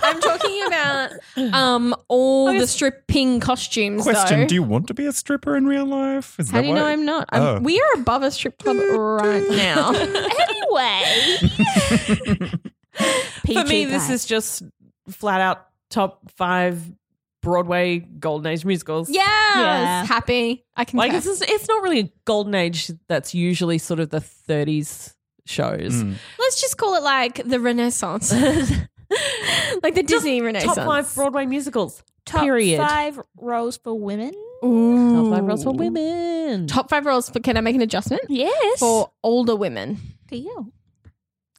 I'm talking about um all the stripping costumes.
Question:
though.
Do you want to be a stripper in real life? Is
How
that
do you
why-
know I'm not? I'm,
Oh.
We are above a strip club right now.
Anyway.
For me, this is just flat out top five Broadway Golden Age musicals.
yes,
Yeah.
happy. I can.
Like, it's, just, it's not really a Golden Age that's usually sort of the 30s shows.
Mm.
Let's just call it like the Renaissance. like the Disney Renaissance.
Top five Broadway musicals.
Top
period.
five roles for women.
Top five roles for women.
Top five roles for. Can I make an adjustment?
Yes.
For older women,
For you.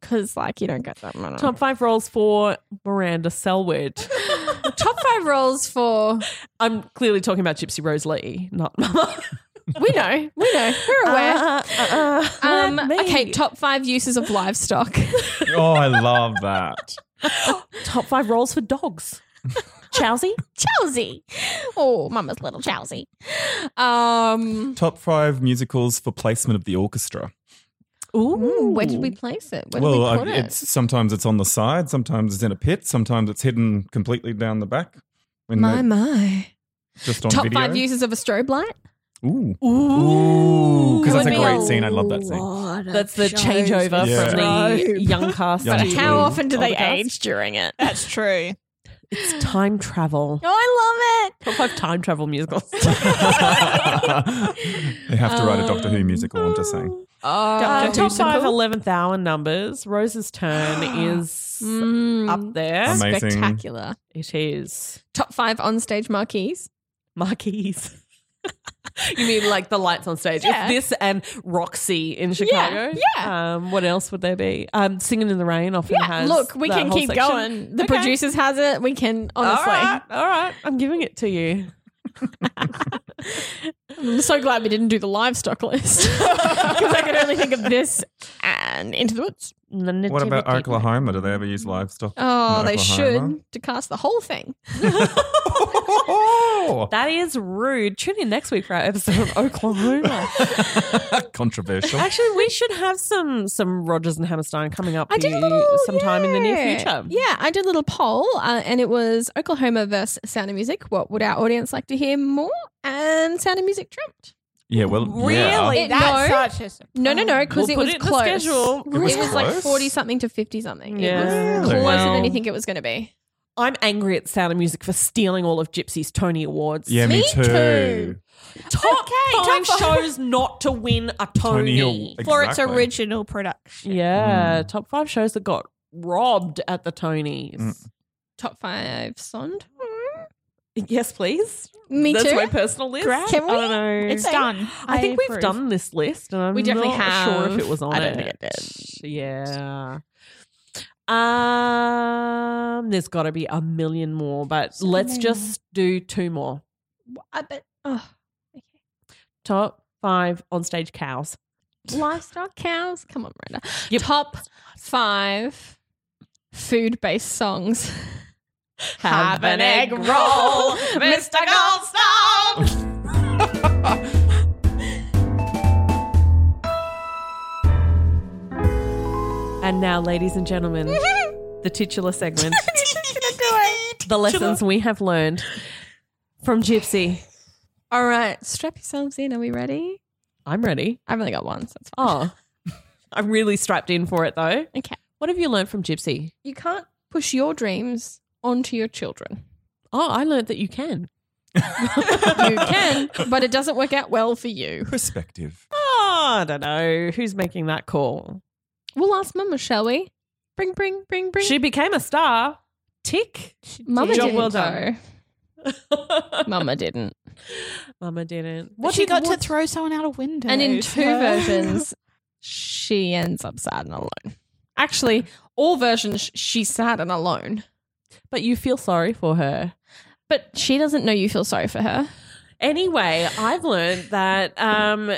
because like you don't get that much.
Top five roles for Miranda Selwood.
top five roles for.
I'm clearly talking about Gypsy Rose Lee, not Mama.
We know. We know. We're aware.
Uh, uh, uh,
um,
let me.
okay, top five uses of livestock.
Oh, I love that.
top five roles for dogs. Chowsy.
Chelsea. Oh, mama's little Chelsea. Um,
Top five musicals for placement of the orchestra.
Mm,
ooh, where did we place it? Where did
well,
we
I-
put it?
it's sometimes it's on the side, sometimes it's in a pit, sometimes it's hidden completely down the back. When
my,
they're
my.
just on
Top
video.
five uses of a strobe light.
Ooh, ooh, because that's a
That would be
great
a
scene. I love that scene.
That's the changeover
Yeah.
from the young cast.
Young
to
cast.
the
How often do
older
they
cast.
age during it?
That's true.
It's time travel.
Oh, I love it.
Top five time travel musicals.
they have to write a Doctor Who musical. I'm just saying.
Uh,
Uh,
top five 11th hour numbers. Rose's Turn is up there.
Amazing.
Mm. Spectacular.
Mm. It is.
Top five on stage marquees.
Marquise. you mean like the lights on stage?
Yeah.
It's this and Roxy in Chicago.
yeah.
Um, what else would there be? Um, Singing in the Rain often has.
Look, we
that
can
whole
keep
section.
going. The
Okay.
producers has it. We can
All
honestly.
right, all right. I'm giving it to you.
I'm so glad we didn't do the livestock list because I could only think of this and into the woods.
What
What about Oklahoma? Do they ever use livestock?
Oh,
in
they
Oklahoma?
should to cast the whole thing.
Oh,
That is rude. Tune in next week for our episode of Oklahoma.
controversial.
Actually, we should have some some Rogers and Hammerstein coming up
I
for
did a
you
little
sometime in the near
yeah.
future.
Yeah, I did a little poll, uh, and it was Oklahoma versus Sound of Music. What would our audience like to hear more? And Sound of Music trumped.
Yeah, well, yeah.
It-
That's
no.
such a surprise.
No, no, no, because
Um, We'll
it
put
was
it in the
close.
schedule.
It
It was
was, like
close?
forty something to fifty something.
Yeah.
It was closer than
Wow.
you think it was going to be.
I'm angry at Sound of Music for stealing all of Gypsy's Tony Awards.
Yeah, me,
Me too.
Top
top
five
five.
shows not to win a
Tony
Tony.
Mm. Award.
For its
Exactly.
original production.
Yeah, top five shows that got robbed at the Tonys.
Mm.
Top five Sond.
Yes, please.
Me
That's
too.
my personal list.
Great.
Can we?
I don't know.
It's done.
I think we've
approve.
done this list, and I'm
We definitely
not
have.
sure if it was on
I don't think
it. Yeah. Um, there's got to be a million more, but
So
let's
many.
just do two more.
I bet. Oh,
Top five on stage cows.
livestock cows. Come on, Miranda.
Yep.
Top five food based songs.
Have an egg roll,
Mr. Goldstone.
And now, ladies and gentlemen, the titular segment. the lessons we have learned from Gypsy.
All right, strap yourselves in. Are we ready?
I'm ready.
I've only got one, so that's fine.
Oh, I'm really strapped in for it though.
Okay.
What have you learned from Gypsy?
You can't push your dreams onto your children.
Oh, I learned that you can.
You can, but it doesn't work out well for you.
Perspective.
Oh, I don't know. Who's making that call?
We'll ask Mama, shall we? Bring, bring, bring, bring.
She became a star. Tick.
Mama
Job
didn't.
well
Well
done.
Mama didn't.
Mama didn't.
What
She
she got
wants-
to throw someone out a window.
And in two
so-
versions, she ends up sad and alone. Actually, all versions, she's sad and alone.
But you feel sorry for her.
But she doesn't know you feel sorry for her.
Anyway, I've learned that um,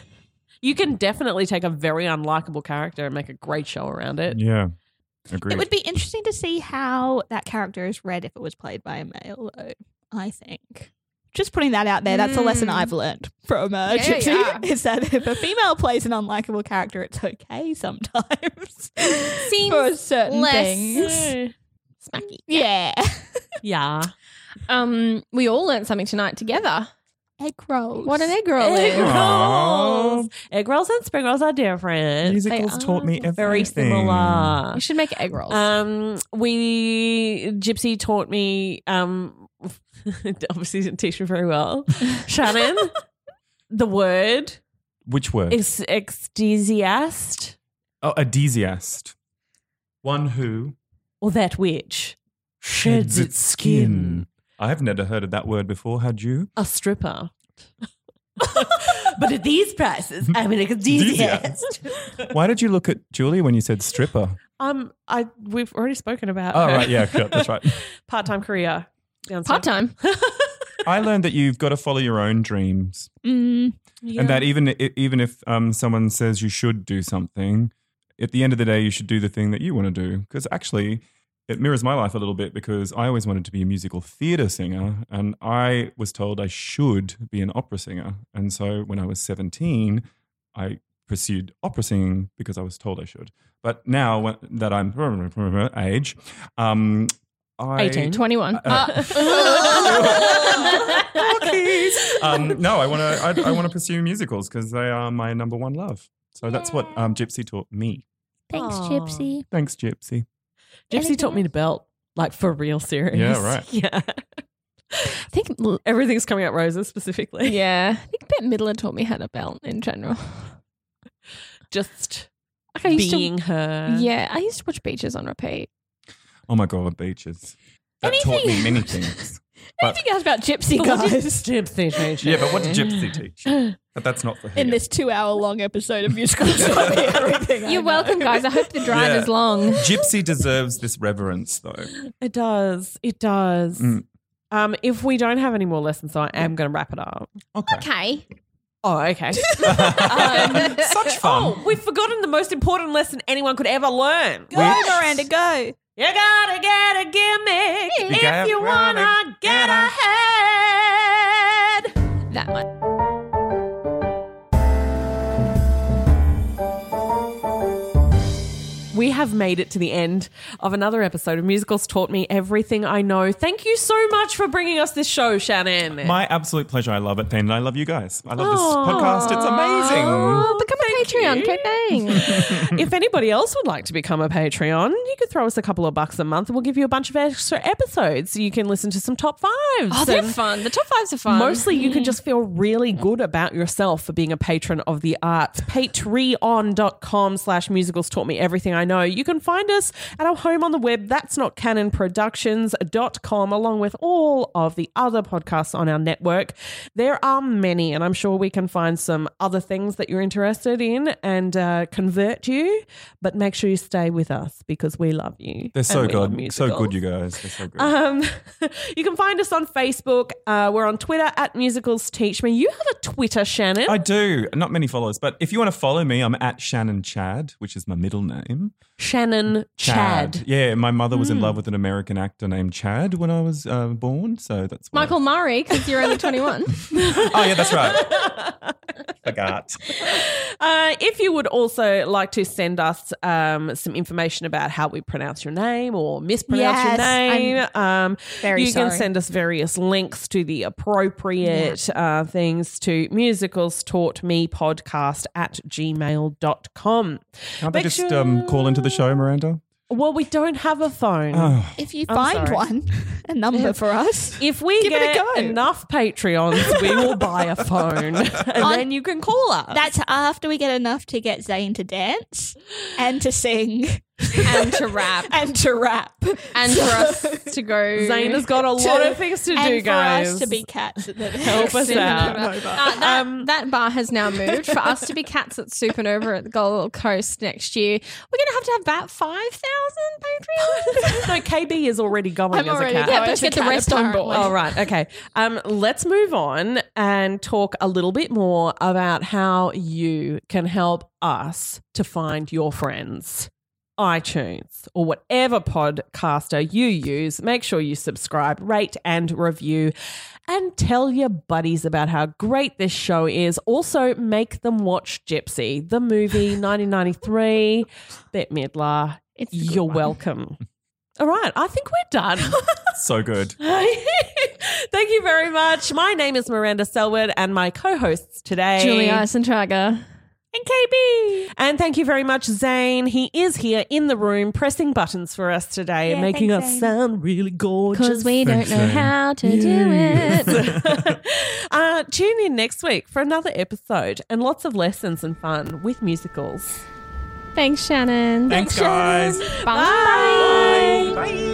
you can definitely take a very unlikable character and make a great show around it.
Yeah.
It
Agreed.
would be interesting to see how that character is read if it was played by a male, though. I think. Just putting that out there, that's a lesson
Mm.
I've learned from uh,
Yeah,
Gypsy.
yeah.
Is that if a female plays an unlikable character, it's okay sometimes for
Seems
certain
less-
things.
Smacky.
Yeah,
Yeah.
Um, we all learned something tonight together.
egg rolls.
What an egg roll
Egg
is.
Aw.
rolls. Egg rolls and spring rolls are different.
Musicals taught me everything.
Very similar.
You should make egg rolls.
Um, we Gypsy taught me. Um, obviously didn't teach me very well. Shannon, the word
Which word?
ex- ecstasiast.
oh, adesiast. One who
or that which sheds its skin.
I've never heard of that word before, had you?
A stripper. but at these prices, I'm an
enthusiast. Why did you look at Julie when you said stripper?
um, I we've already spoken about.
Oh,
her.
right. Yeah, good, that's right.
Part-time career. down
Part time.
I learned that you've got to follow your own dreams.
Mm.
And that even i- even if um, someone says you should do something, at the end of the day, you should do the thing that you want to do. Because actually, it mirrors my life a little bit because I always wanted to be a musical theatre singer, and I was told I should be an opera singer. And so when I was seventeen, I pursued opera singing because I was told I should. But now when- that I'm age, um, I,
18. 21.
Uh,
Ah.
um, no, I want to. I, I want to pursue musicals because they are my number one love. So that's what
Ah.
um, Gypsy taught me.
Thanks, Gypsy.
Thanks, Gypsy.
Gypsy taught me to belt, like for real serious.
Yeah, right.
Yeah.
I think,
Everything's coming out roses specifically.
yeah, I think Bette Midler taught me how to belt in general.
Just
Like I used
being
to,
her.
yeah, I used to watch Beaches on repeat.
Oh my god, beaches. That taught me
Anything-
many things.
I
But,
think it was about Gypsy guys
Gypsy teacher.
yeah, but what did Gypsy teach? But that's not for him.
in this two-hour-long episode of musical. everything I
You're
know.
welcome, guys. I hope the drive
Yeah.
is long.
Gypsy deserves this reverence, though.
It does. It does.
Mm.
Um, if we don't have any more lessons, though, I am going to wrap it up.
Okay.
Okay.
Oh, okay.
Um,
Such fun.
Oh, we've forgotten the most important lesson anyone could ever learn.
Go, Miranda, go.
You gotta get a gimmick
You
if
gotta
you wanna get
get
ahead.
That much.
We have made it to the end of another episode of Musicals Taught Me Everything I Know. Thank you so much for bringing us this show, Shannon.
My absolute pleasure. I love it, Payne, and I love you guys. I love
Aw.
this podcast. It's amazing.
Oh, become a Patreon.
you.
Okay, thanks.
if anybody else would like to become a Patreon, you could throw us a couple of bucks a month and we'll give you a bunch of extra episodes. You can listen to some top fives.
Oh, they're
and
fun. The top fives are fun.
Mostly, you can just feel really good about yourself for being a patron of the arts. Patreon.com slash musicals taught me everything I know. You can find us at our home on the web, that's not canonproductions.com, along with all of the other podcasts on our network. There are many, and I'm sure we can find some other things that you're interested in and uh, convert you. But make sure you stay with us because we love you.
They're so
and we love
good. So good,
musicals.
you guys. They're so good.
Um, you can find us on Facebook. Uh, we're on Twitter at Musicals Teach Me. You have a Twitter, Shannon.
I do. Not many followers, but if you want to follow me, I'm at Shannon Chad, which is my middle name.
Shannon Chad.
Yeah, my mother was in
Hmm.
love with an American actor named Chad when I was uh, born, so that's why.
Michael Murray, because you're only 21.
Oh yeah, that's right. Forgot.
Uh, if you would also like to send us um, some information about how we pronounce your name or mispronounce your
Yes,
name, um,
very
you can
sorry.
send us various links to the appropriate uh, things to musicals taught me podcast at gmail.com.
Can't they
Make
just
sure-
um, call into the show, Miranda?
Well, we don't have a phone.
Oh,
If you find
sorry.
one, a number for us.
If we
Give it a
get
go.
enough Patreons, we will buy a phone. and then you can call us.
That's after we get enough to get Zayn to dance and to sing
and to rap.
and to rap.
And for us to go.
Zane has got a lot of things to
and
do,
for
guys. Um,
us to be cats at the
Help us
Supernova.
out.
Uh, that, that bar has now moved for us to be cats at Supernova at the Gold Coast next year. We're going to have to have about 5,000 Patreons.
no, KB is already going
I'm
as
already
a cat.
going.
yeah, but
it's a
get the
cat,
rest on board.
apparently.
All right. Okay. Um, let's move on and talk a little bit more about how you can help us to find your friends. iTunes or whatever podcaster you use, make sure you subscribe, rate, and review, and tell your buddies about how great this show is. Also, make them watch Gypsy, the movie 1993, Bette Midler.
It's a good
You're
one.
welcome. All right. I think we're done.
so good.
Thank you very much. My name is Miranda Selwood, and my co-hosts today,
Julie Eisentrager.
and KB. And thank you very much, Zane. He is here in the room, pressing buttons for us today and
Yeah,
making
thanks,
us
Zane.
sound really gorgeous.
Because we don't
Thanks,
know
Zane.
how to do it.
uh, tune in next week for another episode and lots of lessons and fun with musicals.
Thanks, Shannon.
Thanks, guys.
Bye.
Bye.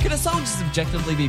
Can a song just objectively be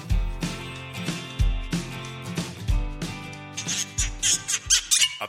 A